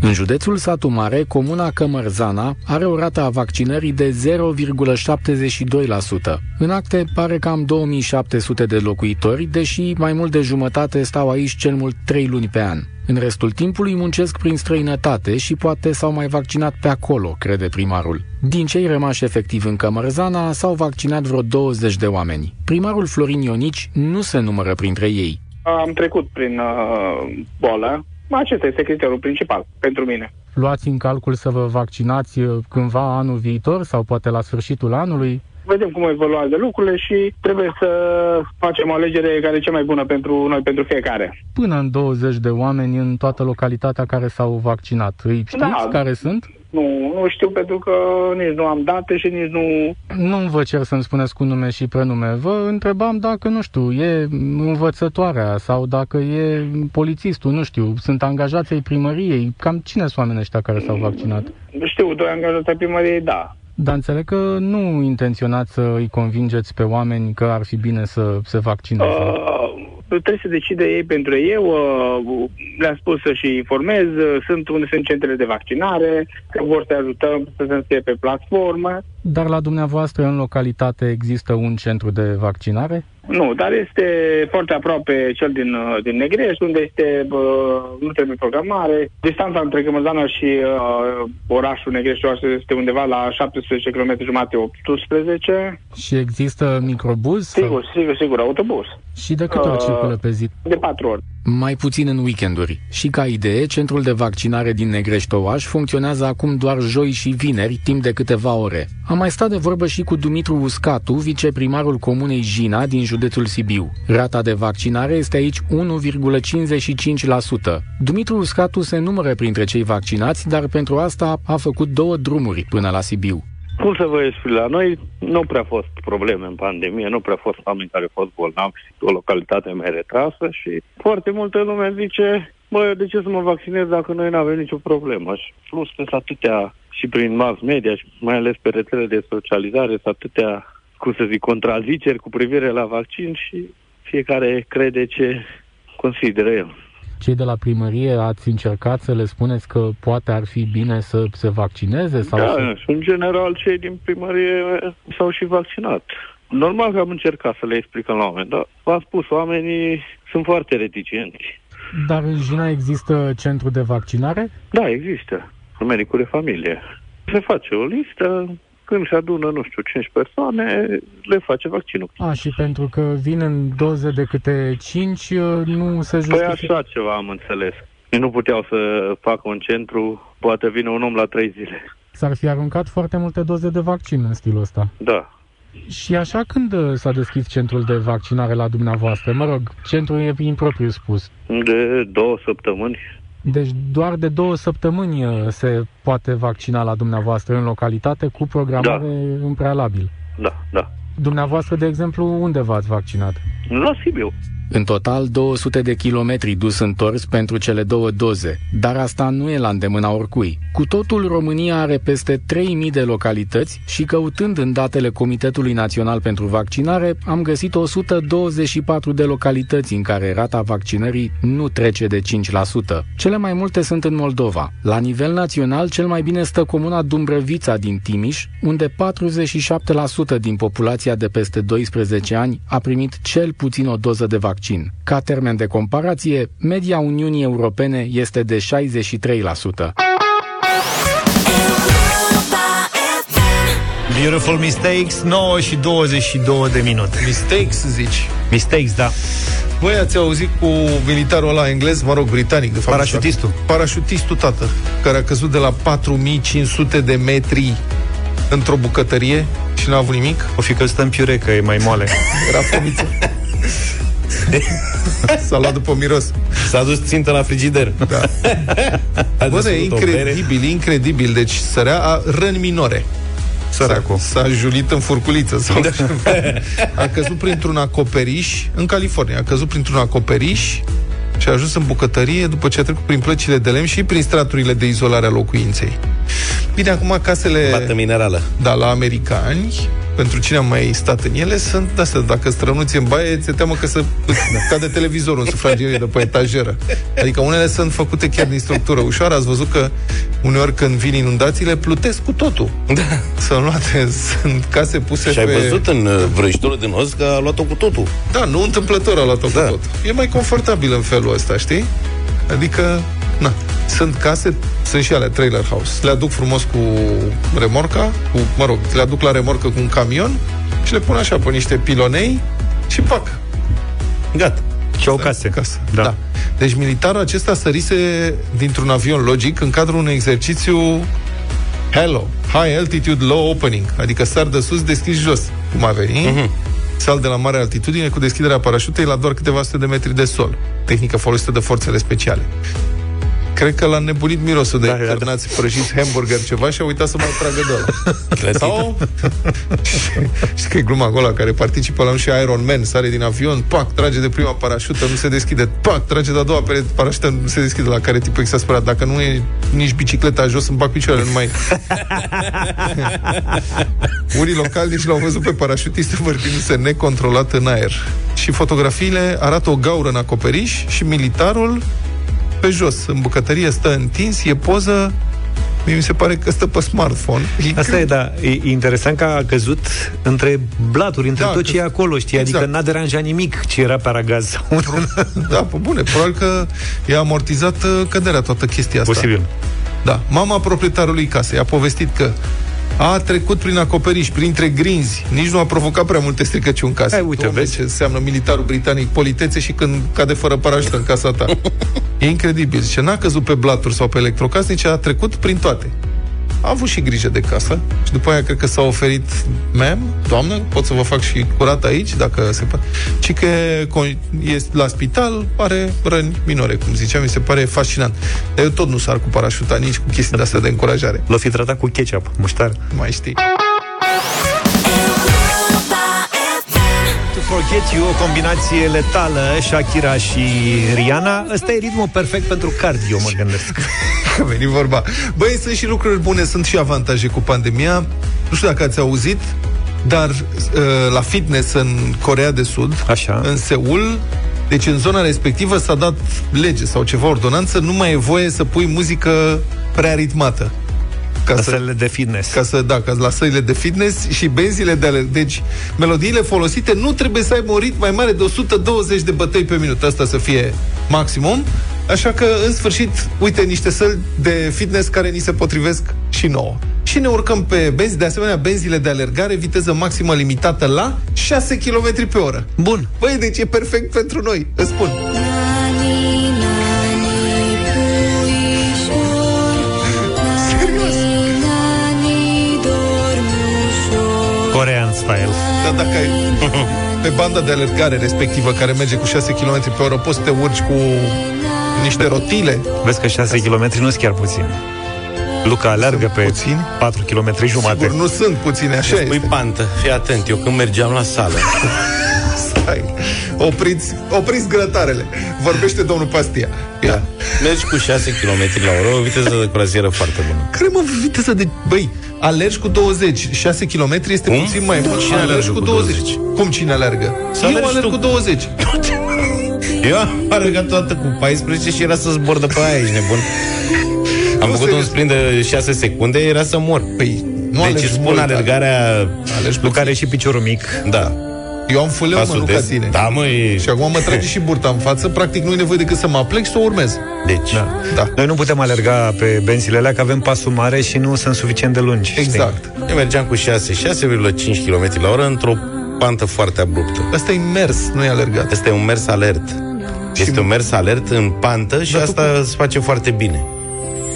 [SPEAKER 17] În județul Satu Mare, comuna Cămărzana are o rată a vaccinării de 0,72%. În acte pare cam 2700 de locuitori, deși mai mult de jumătate stau aici cel mult 3 luni pe an. În restul timpului muncesc prin străinătate și poate s-au mai vaccinat pe acolo, crede primarul. Din cei rămași efectiv în Cămărzana s-au vaccinat vreo 20 de oameni. Primarul Florin Ionici nu se numără printre ei.
[SPEAKER 18] Am trecut prin uh, boală. Acesta este criteriul principal pentru mine.
[SPEAKER 19] luați în calcul să vă vaccinați uh, cândva anul viitor sau poate la sfârșitul anului?
[SPEAKER 18] Vedem cum evoluează lucrurile și trebuie să facem o alegere care e cea mai bună pentru noi, pentru fiecare.
[SPEAKER 19] Până în 20 de oameni în toată localitatea care s-au vaccinat. Îi știți
[SPEAKER 18] Da.
[SPEAKER 19] care sunt?
[SPEAKER 18] Nu, nu știu pentru că nici nu am date și nici nu...
[SPEAKER 19] Nu vă cer să-mi spuneți cu nume și prenume. Vă întrebam dacă, nu știu, e învățătoarea sau dacă e polițistul, nu știu, sunt angajații ai primăriei. Cam cine sunt oamenii ăștia care s-au vaccinat?
[SPEAKER 18] Știu, doi angajați ai primăriei, da.
[SPEAKER 19] Dar înțeleg că nu intenționați să îi convingeți pe oameni că ar fi bine să se vaccineze.
[SPEAKER 18] Uh, trebuie să decide ei pentru ei. Eu uh, le-am spus să și informez. uh, Sunt unde sunt centrele de vaccinare, că vor să ajutăm să se înscrie pe platformă.
[SPEAKER 19] Dar la dumneavoastră, în localitate, există un centru de vaccinare?
[SPEAKER 18] Nu, dar este foarte aproape cel din, uh, din Negrești, unde este, bă, nu trebuie programare. Distanța între Gămăzană și uh, orașul Negrești orașul este undeva la 17 km jumate, 18.
[SPEAKER 19] Și există microbuz? sau-
[SPEAKER 18] Sigur, sigur, sigur, autobuz.
[SPEAKER 19] Și de câte ori
[SPEAKER 18] Uh,
[SPEAKER 19] circulă pe zi?
[SPEAKER 18] De patru ori.
[SPEAKER 17] Mai puțin în weekenduri. Și ca idee, centrul de vaccinare din Negreștoaș funcționează acum doar joi și vineri, timp de câteva ore. Am mai stat de vorbă și cu Dumitru Uscatu, viceprimarul comunei Jina din județul Sibiu. Rata de vaccinare este aici 1,55%. Dumitru Uscatu se numără printre cei vaccinați, dar pentru asta a făcut două drumuri până la Sibiu.
[SPEAKER 20] Cum să vă explic? La noi nu prea a fost probleme în pandemie, nu prea a fost oameni care au fost bolnavi și o localitate mai retrasă și foarte multă lume zice bă, de ce să mă vaccinez dacă noi nu avem nicio problemă? Și plus că sunt atâtea și prin mass media și mai ales pe rețele de socializare sunt atâtea, cum să zic, contraziceri cu privire la vaccin și fiecare crede ce consideră el.
[SPEAKER 19] Cei de la primărie ați încercat să le spuneți că poate ar fi bine să se vaccineze? Sau
[SPEAKER 20] da,
[SPEAKER 19] să...
[SPEAKER 20] și în general cei din primărie s-au și vaccinat. Normal că am încercat să le explicăm la oameni, dar v-am spus, oamenii sunt foarte reticenți.
[SPEAKER 19] Dar în Jina există centru de vaccinare?
[SPEAKER 20] Da, există. În medicul de familie. Se face o listă, când se adună, nu știu, 5 persoane, le face vaccinul.
[SPEAKER 19] A, și pentru că vin în doze de câte 5, nu se
[SPEAKER 20] Păi
[SPEAKER 19] justifică.
[SPEAKER 20] așa ceva am înțeles. Ei nu puteau să facă un centru, poate vine un om la 3 zile.
[SPEAKER 19] S-ar fi aruncat foarte multe doze de vaccin în stilul ăsta.
[SPEAKER 20] Da.
[SPEAKER 19] Și așa când uh, s-a deschis centrul de vaccinare la dumneavoastră? Mă rog, centrul e impropriu spus.
[SPEAKER 20] De două săptămâni
[SPEAKER 19] Deci doar de două săptămâni uh, se poate vaccina la dumneavoastră în localitate cu programare da. în prealabil.
[SPEAKER 20] Da, da.
[SPEAKER 19] Dumneavoastră, de exemplu, unde v-ați vaccinat?
[SPEAKER 20] La Sibiu.
[SPEAKER 17] În total, 200 de kilometri dus întors pentru cele două doze, dar asta nu e la îndemâna oricui. Cu totul, România are peste 3.000 de localități și căutând în datele Comitetului Național pentru Vaccinare, am găsit 124 de localități în care rata vaccinării nu trece de 5%. Cele mai multe sunt în Moldova. La nivel național, cel mai bine stă comuna Dumbrăvița din Timiș, unde 47% din populația de peste 12 ani a primit cel puțin o doză de vaccin. Ca termen de comparație, media Uniunii Europene este de 63%.
[SPEAKER 2] Beautiful Mistakes, 9 și 22 de minute.
[SPEAKER 3] Mistakes, zici?
[SPEAKER 2] Mistakes, da.
[SPEAKER 3] Băi, ați auzit cu militarul ăla englez, mă rog, britanic, de fapt. Parașutistul. Parașutistul, tată, care a căzut de la 4500 de metri într-o bucătărie și n-a avut nimic.
[SPEAKER 2] O fi căzută în piure, că e mai moale.
[SPEAKER 3] Era fomiță. S-a luat după miros.
[SPEAKER 4] S-a dus țintă la frigider. [LAUGHS]
[SPEAKER 3] Da. Bă, da, e incredibil, incredibil. Deci sărea a răni minore. Săracu. S-a, s-a julit în furculiță sau ceva. [LAUGHS] A căzut printr-un acoperiș în California. A căzut printr-un acoperiș și a ajuns în bucătărie după ce a trecut prin plăcile de lemn și prin straturile de izolare a locuinței. Bine, acum casele... Bată
[SPEAKER 4] minerală.
[SPEAKER 3] Da, la americani, pentru cine am mai stat în ele, sunt de astea. Dacă strănuți în baie, ți teamă că să îți cade televizorul în sufragerie de pe etajeră. Adică unele sunt făcute chiar din structură ușoară. Ați văzut că uneori când vin inundațiile, plutesc cu totul. Da. Sunt luate, sunt case puse
[SPEAKER 4] Și ai
[SPEAKER 3] pe...
[SPEAKER 4] văzut în uh, vrăjitorul din os că a luat-o cu totul.
[SPEAKER 3] Da, nu întâmplător a luat-o da. cu tot. E mai confortabil în felul ăsta, știi? Adică, na, sunt case, sunt și ale trailer house. Le aduc frumos cu remorca, cu, mă rog, le aduc la remorcă cu un camion și le pun așa pe niște pilonei și pac.
[SPEAKER 4] Gata.
[SPEAKER 2] Și o casă.
[SPEAKER 3] casă. Da. da. Deci militarul acesta sărise dintr-un avion logic în cadrul unui exercițiu Hello, High Altitude Low Opening, adică sar de sus, deschizi jos, cum a venit. Mm-hmm. Sal de la mare altitudine cu deschiderea parașutei la doar câteva sute de metri de sol. Tehnică folosită de forțele speciale. Cred că l-a nebunit mirosul de da, internați da, da. prăjiți hamburger ceva și a uitat să mai tragă de [LAUGHS] ăla. Sau... Știi că e gluma acolo care participă la un și Iron Man, sare din avion, pac, trage de prima parașută, nu se deschide, pac, trage de a doua pere- parașută, nu se deschide, la care tipul exasperat. Dacă nu e nici bicicleta jos, îmi bag picioarele, nu mai... Unii localnici l-au văzut pe parașutist vârtindu-se necontrolat în aer. Și fotografiile arată o gaură în acoperiș și militarul pe jos, în bucătărie, stă întins, e poză Mie mi se pare că stă pe smartphone.
[SPEAKER 2] Asta e, da, e e interesant că a căzut între blaturi, între
[SPEAKER 3] Da,
[SPEAKER 2] da, tot
[SPEAKER 3] că-
[SPEAKER 2] ce e acolo, știi? Exact. Adică
[SPEAKER 3] Exact.
[SPEAKER 2] n-a deranjat nimic ce era
[SPEAKER 3] [LAUGHS]
[SPEAKER 2] pe aragaz. sau-
[SPEAKER 3] Da, pe bune, probabil că i-a amortizat uh, căderea toată chestia asta.
[SPEAKER 2] Posibil.
[SPEAKER 3] Da, mama proprietarului casei a povestit că a trecut prin acoperiș, printre grinzi, nici nu a provocat prea multe stricăciuni în casă. Hai, uite, Doamne, vezi? ce înseamnă militarul britanic, politețe și când cade fără parașută în casa [LAUGHS] ta. e incredibil. Zice, n-a căzut pe blaturi sau pe electrocasnice, a trecut prin toate. A avut și grijă de casă și după aia cred că s-a oferit mem, doamnă, pot să vă fac și curat aici, dacă se poate. Ci că con- este la spital, are răni minore, cum ziceam, mi se pare fascinant. Dar eu tot nu sar cu parașuta, nici cu chestii de astea de încurajare.
[SPEAKER 2] L-o fi tratat cu ketchup, muștar.
[SPEAKER 3] Mai știi.
[SPEAKER 2] To Forget You, o combinație letală, Shakira și Rihanna. Ăsta e ritmul perfect pentru cardio, mă gândesc.
[SPEAKER 3] Că [LAUGHS] a venit vorba. Băi, sunt și lucruri bune, sunt și avantaje cu pandemia. Nu știu dacă ați auzit, dar uh, la fitness în Corea de Sud,
[SPEAKER 2] Așa.
[SPEAKER 3] în Seul, deci în zona respectivă s-a dat lege sau ceva ordonanță, nu mai e voie să pui muzică prea ritmată. Ca
[SPEAKER 2] La sălile de fitness.
[SPEAKER 3] Ca să, da, ca la sălile de fitness și benzile de ale... Deci, melodiile folosite nu trebuie să aibă un ritm mai mare de 120 de bătăi pe minut. Asta să fie maximum. Așa că, în sfârșit, uite niște săli de fitness care ni se potrivesc și nouă. Și ne urcăm pe benzi, de asemenea, benzile de alergare, viteză maximă limitată la 6 km pe oră.
[SPEAKER 2] Bun.
[SPEAKER 3] Băi, deci e perfect pentru noi, îți spun.
[SPEAKER 2] Corean style.
[SPEAKER 3] Dar dacă ai
[SPEAKER 4] [LAUGHS]
[SPEAKER 3] pe banda de alergare respectivă care merge cu 6 km pe oră, poți să te urci cu niște rotile.
[SPEAKER 2] Vezi că 6 km nu sunt chiar puțin. Luca alergă pe 4 km jumate.
[SPEAKER 3] Sigur, nu sunt puține, așa
[SPEAKER 4] Pui pantă, fii atent, eu când mergeam la sală
[SPEAKER 3] Stai, opriți, opriți grătarele Vorbește domnul Pastia Ia.
[SPEAKER 4] Mergi cu 6 km la oră, o viteză de croazieră foarte bună
[SPEAKER 3] Care mă viteză de... Băi, alergi cu 20 6 km este Cum? puțin mai mult
[SPEAKER 4] Cine
[SPEAKER 3] alergi
[SPEAKER 4] alergă
[SPEAKER 3] cu
[SPEAKER 4] cu
[SPEAKER 3] 20. Cum cine alergă?
[SPEAKER 4] Să
[SPEAKER 3] Eu
[SPEAKER 4] alergi
[SPEAKER 3] alerg
[SPEAKER 4] tu.
[SPEAKER 3] cu 20
[SPEAKER 4] Eu am alergat toată cu 14 și era să zbor de pe aia, ești nebun Am făcut un sprint de 6 secunde, era să mor
[SPEAKER 3] Păi, nu
[SPEAKER 4] Deci
[SPEAKER 3] alergi
[SPEAKER 4] îți spun
[SPEAKER 3] mult,
[SPEAKER 4] alergarea
[SPEAKER 3] alergi
[SPEAKER 4] cu
[SPEAKER 2] care și piciorul mic
[SPEAKER 4] Da
[SPEAKER 3] Eu am fuleu, mă,
[SPEAKER 4] Pasul
[SPEAKER 3] nu ca
[SPEAKER 4] des.
[SPEAKER 3] tine
[SPEAKER 4] Da, mă, e...
[SPEAKER 3] Și acum mă
[SPEAKER 4] [LAUGHS]
[SPEAKER 3] trage și burta în față Practic nu e nevoie decât să mă aplec și să o urmez
[SPEAKER 4] Deci, da.
[SPEAKER 3] da.
[SPEAKER 2] Noi nu putem alerga pe benzile alea, că avem pasul mare și nu sunt suficient de lungi. știi?
[SPEAKER 3] Exact.
[SPEAKER 4] Eu mergeam cu 6, 6,5 km la oră într-o pantă foarte abruptă.
[SPEAKER 3] Asta e mers, nu e alergat.
[SPEAKER 4] Asta e un mers alert. Este un mers alert în pantă și asta îți face foarte bine.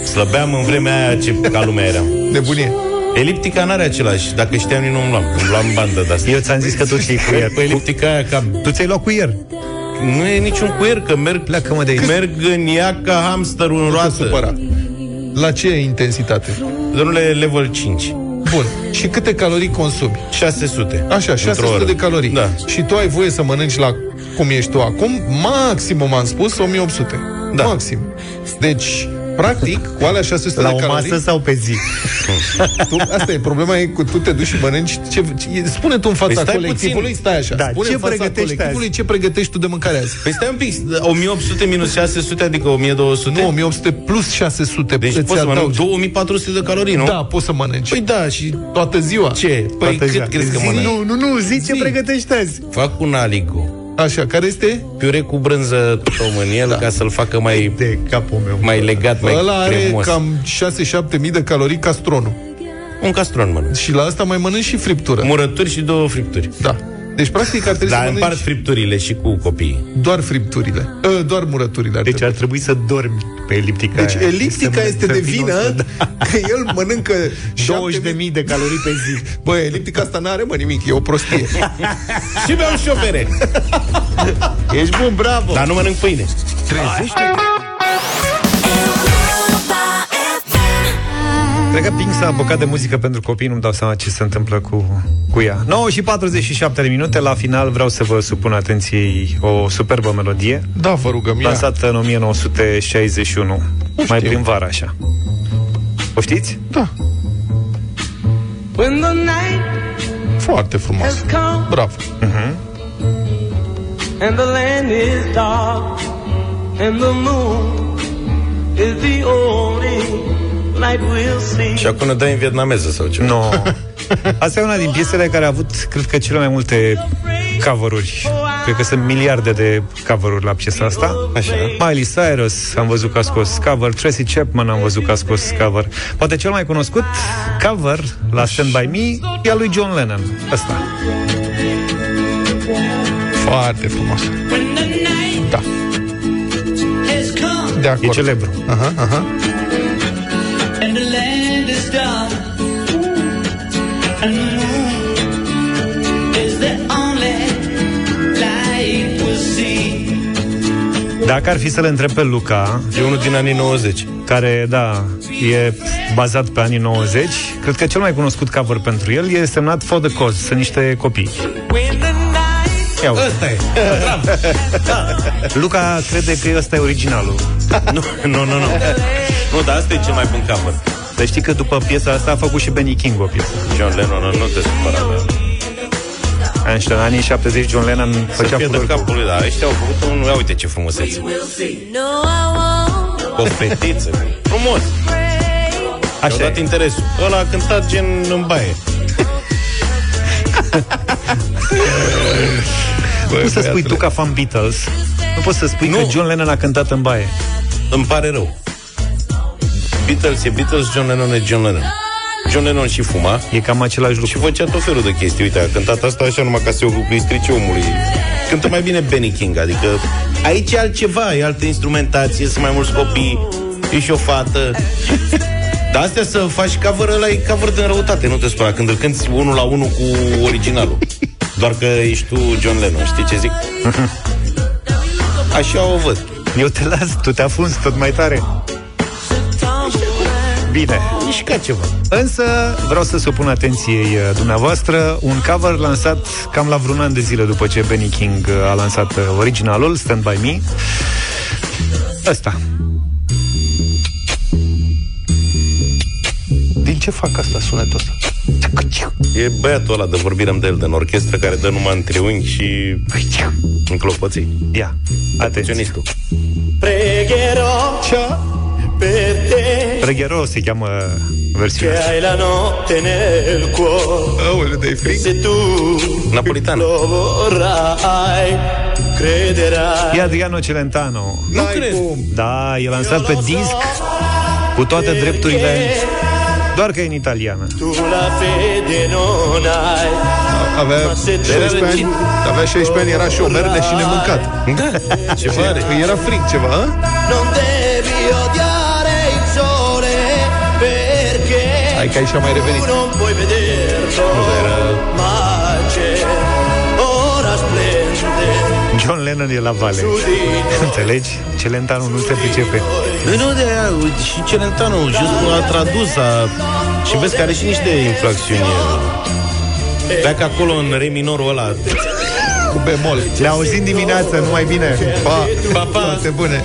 [SPEAKER 4] Slăbeam în vremea aia ce ca lumea eram.
[SPEAKER 3] Nebunie.
[SPEAKER 4] Eliptica n-are același. Dacă știam, nici nu umblam. Umblam bandă de asta.
[SPEAKER 2] Eu ți-am zis că tu ții cu ier.
[SPEAKER 4] Pe eliptica aia ca...
[SPEAKER 2] Tu ți-ai luat cu ier.
[SPEAKER 4] Nu e niciun cuier, că merg...
[SPEAKER 2] Pleacă-mă de aici.
[SPEAKER 4] Merg în ea ca hamsterul în
[SPEAKER 3] Te
[SPEAKER 4] roată.
[SPEAKER 3] supăra La ce intensitate?
[SPEAKER 4] Domnule, level 5.
[SPEAKER 3] Bun, și câte calorii consumi?
[SPEAKER 4] 600.
[SPEAKER 3] Așa,
[SPEAKER 4] Într-o
[SPEAKER 3] 600
[SPEAKER 4] oră.
[SPEAKER 3] de calorii.
[SPEAKER 4] Da.
[SPEAKER 3] Și tu ai voie să mănânci la cum ești tu acum, maximum am spus 1800. Da. Maxim. Deci, practic, cu alea 600
[SPEAKER 2] La
[SPEAKER 3] de
[SPEAKER 2] o
[SPEAKER 3] calorii,
[SPEAKER 2] masă sau pe zi?
[SPEAKER 3] tu, asta e problema e cu tu te duci și mănânci ce, ce spune tu în fața
[SPEAKER 4] Păi stai
[SPEAKER 3] colectivului,
[SPEAKER 4] puțin.
[SPEAKER 3] stai așa.
[SPEAKER 2] Da,
[SPEAKER 3] spune
[SPEAKER 2] ce
[SPEAKER 3] în fața
[SPEAKER 2] pregătești
[SPEAKER 3] colectivului ce pregătești tu de mâncare azi?
[SPEAKER 4] Păi stai un pic, 1800 minus 600, adică 1200?
[SPEAKER 3] Nu, 1800 plus 600
[SPEAKER 4] Deci
[SPEAKER 3] îți
[SPEAKER 4] poți să mănânci
[SPEAKER 3] adaugi.
[SPEAKER 4] 2400 de calorii, nu?
[SPEAKER 3] Da, poți să mănânci.
[SPEAKER 4] Păi da, și
[SPEAKER 3] toată ziua.
[SPEAKER 4] ce? Păi
[SPEAKER 2] Toată
[SPEAKER 4] cât
[SPEAKER 2] ziua.
[SPEAKER 4] crezi că
[SPEAKER 2] Zi,
[SPEAKER 4] mănânci?
[SPEAKER 2] Nu, nu, nu, zi ce
[SPEAKER 3] Zi.
[SPEAKER 2] pregătești azi.
[SPEAKER 4] Fac un aligo.
[SPEAKER 3] Așa, care este?
[SPEAKER 4] Piure cu brânză tot în el da. ca să-l facă mai,
[SPEAKER 2] De capul meu.
[SPEAKER 4] mai legat, mai
[SPEAKER 3] Ăla are
[SPEAKER 4] cremos.
[SPEAKER 3] cam 6-7 mii de calorii castronul.
[SPEAKER 4] Un castron mănânc.
[SPEAKER 3] Și la asta mai mănânci și friptură.
[SPEAKER 4] Murături și două fripturi.
[SPEAKER 3] Da. Deci, practic, ar trebui
[SPEAKER 4] Dar
[SPEAKER 3] să
[SPEAKER 4] împart
[SPEAKER 3] mănânci
[SPEAKER 4] fripturile și cu copiii.
[SPEAKER 3] doar fripturile. Ă, Doar murăturile ar
[SPEAKER 2] Deci
[SPEAKER 3] trebui.
[SPEAKER 2] ar trebui să dormi pe eliptica
[SPEAKER 3] Deci
[SPEAKER 2] aia.
[SPEAKER 3] eliptica
[SPEAKER 2] Să-
[SPEAKER 3] este da.
[SPEAKER 2] să
[SPEAKER 3] de
[SPEAKER 2] fii
[SPEAKER 3] vină
[SPEAKER 2] nostru.
[SPEAKER 3] [LAUGHS] că el [LAUGHS] mănâncă 7000.
[SPEAKER 2] 20.000 de calorii pe zi.
[SPEAKER 3] [LAUGHS] Bă, eliptica asta n-are, mă, nimic, e o prostie.
[SPEAKER 4] [LAUGHS] și beau și o bere.
[SPEAKER 3] Ești bun, bravo!
[SPEAKER 4] Dar nu mănânc pâine.
[SPEAKER 2] Cred că Pink s-a apucat de muzică pentru copii, nu-mi dau seama ce se întâmplă cu, cu ea. 9 și 47 de minute, la final vreau să vă supun atenției o superbă melodie,
[SPEAKER 3] Da, vă rugăm, ia.
[SPEAKER 2] lansată în 1961, mai prin vară așa. O știți?
[SPEAKER 3] Da,
[SPEAKER 6] When the night
[SPEAKER 3] Foarte frumos.
[SPEAKER 6] has come
[SPEAKER 3] Bravo.
[SPEAKER 6] and the land is dark and the moon is the only night we'll see.
[SPEAKER 4] Și acum ne dai în vietnameză sau ceva.
[SPEAKER 2] No. [LAUGHS] Asta e una din piesele care a avut, cred că, cele mai multe cover-uri. Cred că sunt miliarde de cover-uri la piesa asta. Așa. Miley Cyrus am văzut că a scos cover, Tracy Chapman am văzut că a scos cover. Poate cel mai cunoscut cover la Stand By Me e al lui John Lennon. Asta.
[SPEAKER 3] Foarte frumos. Da.
[SPEAKER 6] Has come
[SPEAKER 3] De acord. E
[SPEAKER 2] celebru.
[SPEAKER 3] Aha, aha.
[SPEAKER 6] and the land is dark. And the moon is the only light we'll see.
[SPEAKER 2] Dacă ar fi să le întreb pe Luca E unul din anii 90 Care, da, e bazat pe anii 90 Cred că cel mai cunoscut cover pentru el E semnat For The Cause Sunt niște copii Ia Asta e Luca crede că ăsta e originalul
[SPEAKER 4] Nu, nu, nu, nu Nu, dar asta e cel mai bun cover
[SPEAKER 2] Să știi că după piesa asta a făcut și Benny King o piesă
[SPEAKER 4] John Lennon, nu te supăra, da.
[SPEAKER 2] Așa, în anii 70 John Lennon
[SPEAKER 4] Să
[SPEAKER 2] făcea
[SPEAKER 4] fie de
[SPEAKER 2] furor
[SPEAKER 4] capul lui, da, ăștia au făcut un, ia uite ce frumusețe
[SPEAKER 10] No, I won't
[SPEAKER 4] O fetiță, frumos Așa dat interesul Ăla a cântat gen în baie
[SPEAKER 2] Nu poți să spui tu ca fan Beatles Nu poți să spui că John Lennon a cântat în baie
[SPEAKER 4] Îmi pare rău Beatles e Beatles, John Lennon e John Lennon John Lennon și fuma
[SPEAKER 2] E cam același lucru
[SPEAKER 4] Și făcea tot felul de chestii Uite, a cântat asta așa numai ca să îi strice omului Cântă mai bine Benny King Adică aici e altceva E altă instrumentație, sunt mai mulți copii E și o fată Dar astea să faci cover ăla e cover din răutate Nu te spera când îl cânti unul la unul cu originalul Doar că ești tu John Lennon, știi ce zic? Așa o văd
[SPEAKER 2] Eu te las, tu te afunzi tot mai tare Bine
[SPEAKER 4] Mișca ceva
[SPEAKER 2] Însă vreau să supun atenției uh, dumneavoastră un cover lansat cam la vreun an de zile după ce Benny King uh, a lansat uh, originalul Stand By Me. Ăsta.
[SPEAKER 3] Din ce fac asta sunetul ăsta?
[SPEAKER 4] E băiatul ăla de vorbire de el din orchestră care dă numai în triunghi și în clopoții.
[SPEAKER 2] Ia, atenție.
[SPEAKER 6] Pregherò per te
[SPEAKER 2] Preghero se cheamă uh, versiunea.
[SPEAKER 6] che
[SPEAKER 2] asta.
[SPEAKER 6] hai la notte nel cuore. Se tu
[SPEAKER 4] Napolitano.
[SPEAKER 6] lo vorrai, crederai.
[SPEAKER 2] E Adriano Celentano.
[SPEAKER 4] Nu cred.
[SPEAKER 2] Da, e lansat pe disc cu toate drepturile, doar că e în italiană.
[SPEAKER 6] Tu la fede non hai.
[SPEAKER 3] Avea 16 ani, avea 16 ani, era și o merne și nemâncat.
[SPEAKER 4] Da, ce mare.
[SPEAKER 3] Îi era frig ceva, a?
[SPEAKER 6] Non devi odiare il sole perché
[SPEAKER 3] Hai că aici am mai revenit.
[SPEAKER 6] tu non puoi vederlo, ma c'è ora splendente.
[SPEAKER 2] [LAUGHS] John Lennon e la vale. Înțelegi? Celentano nu se pricepe.
[SPEAKER 4] Nu, nu, de aia, uite, și Celentano just a tradus a... Și vezi că are și niște infracțiuni. Pleacă acolo în re minorul ăla.
[SPEAKER 3] Cu bemol.
[SPEAKER 2] Ne auzim dimineața, numai bine.
[SPEAKER 3] Pa,
[SPEAKER 4] Pa, pa.
[SPEAKER 3] toate bune.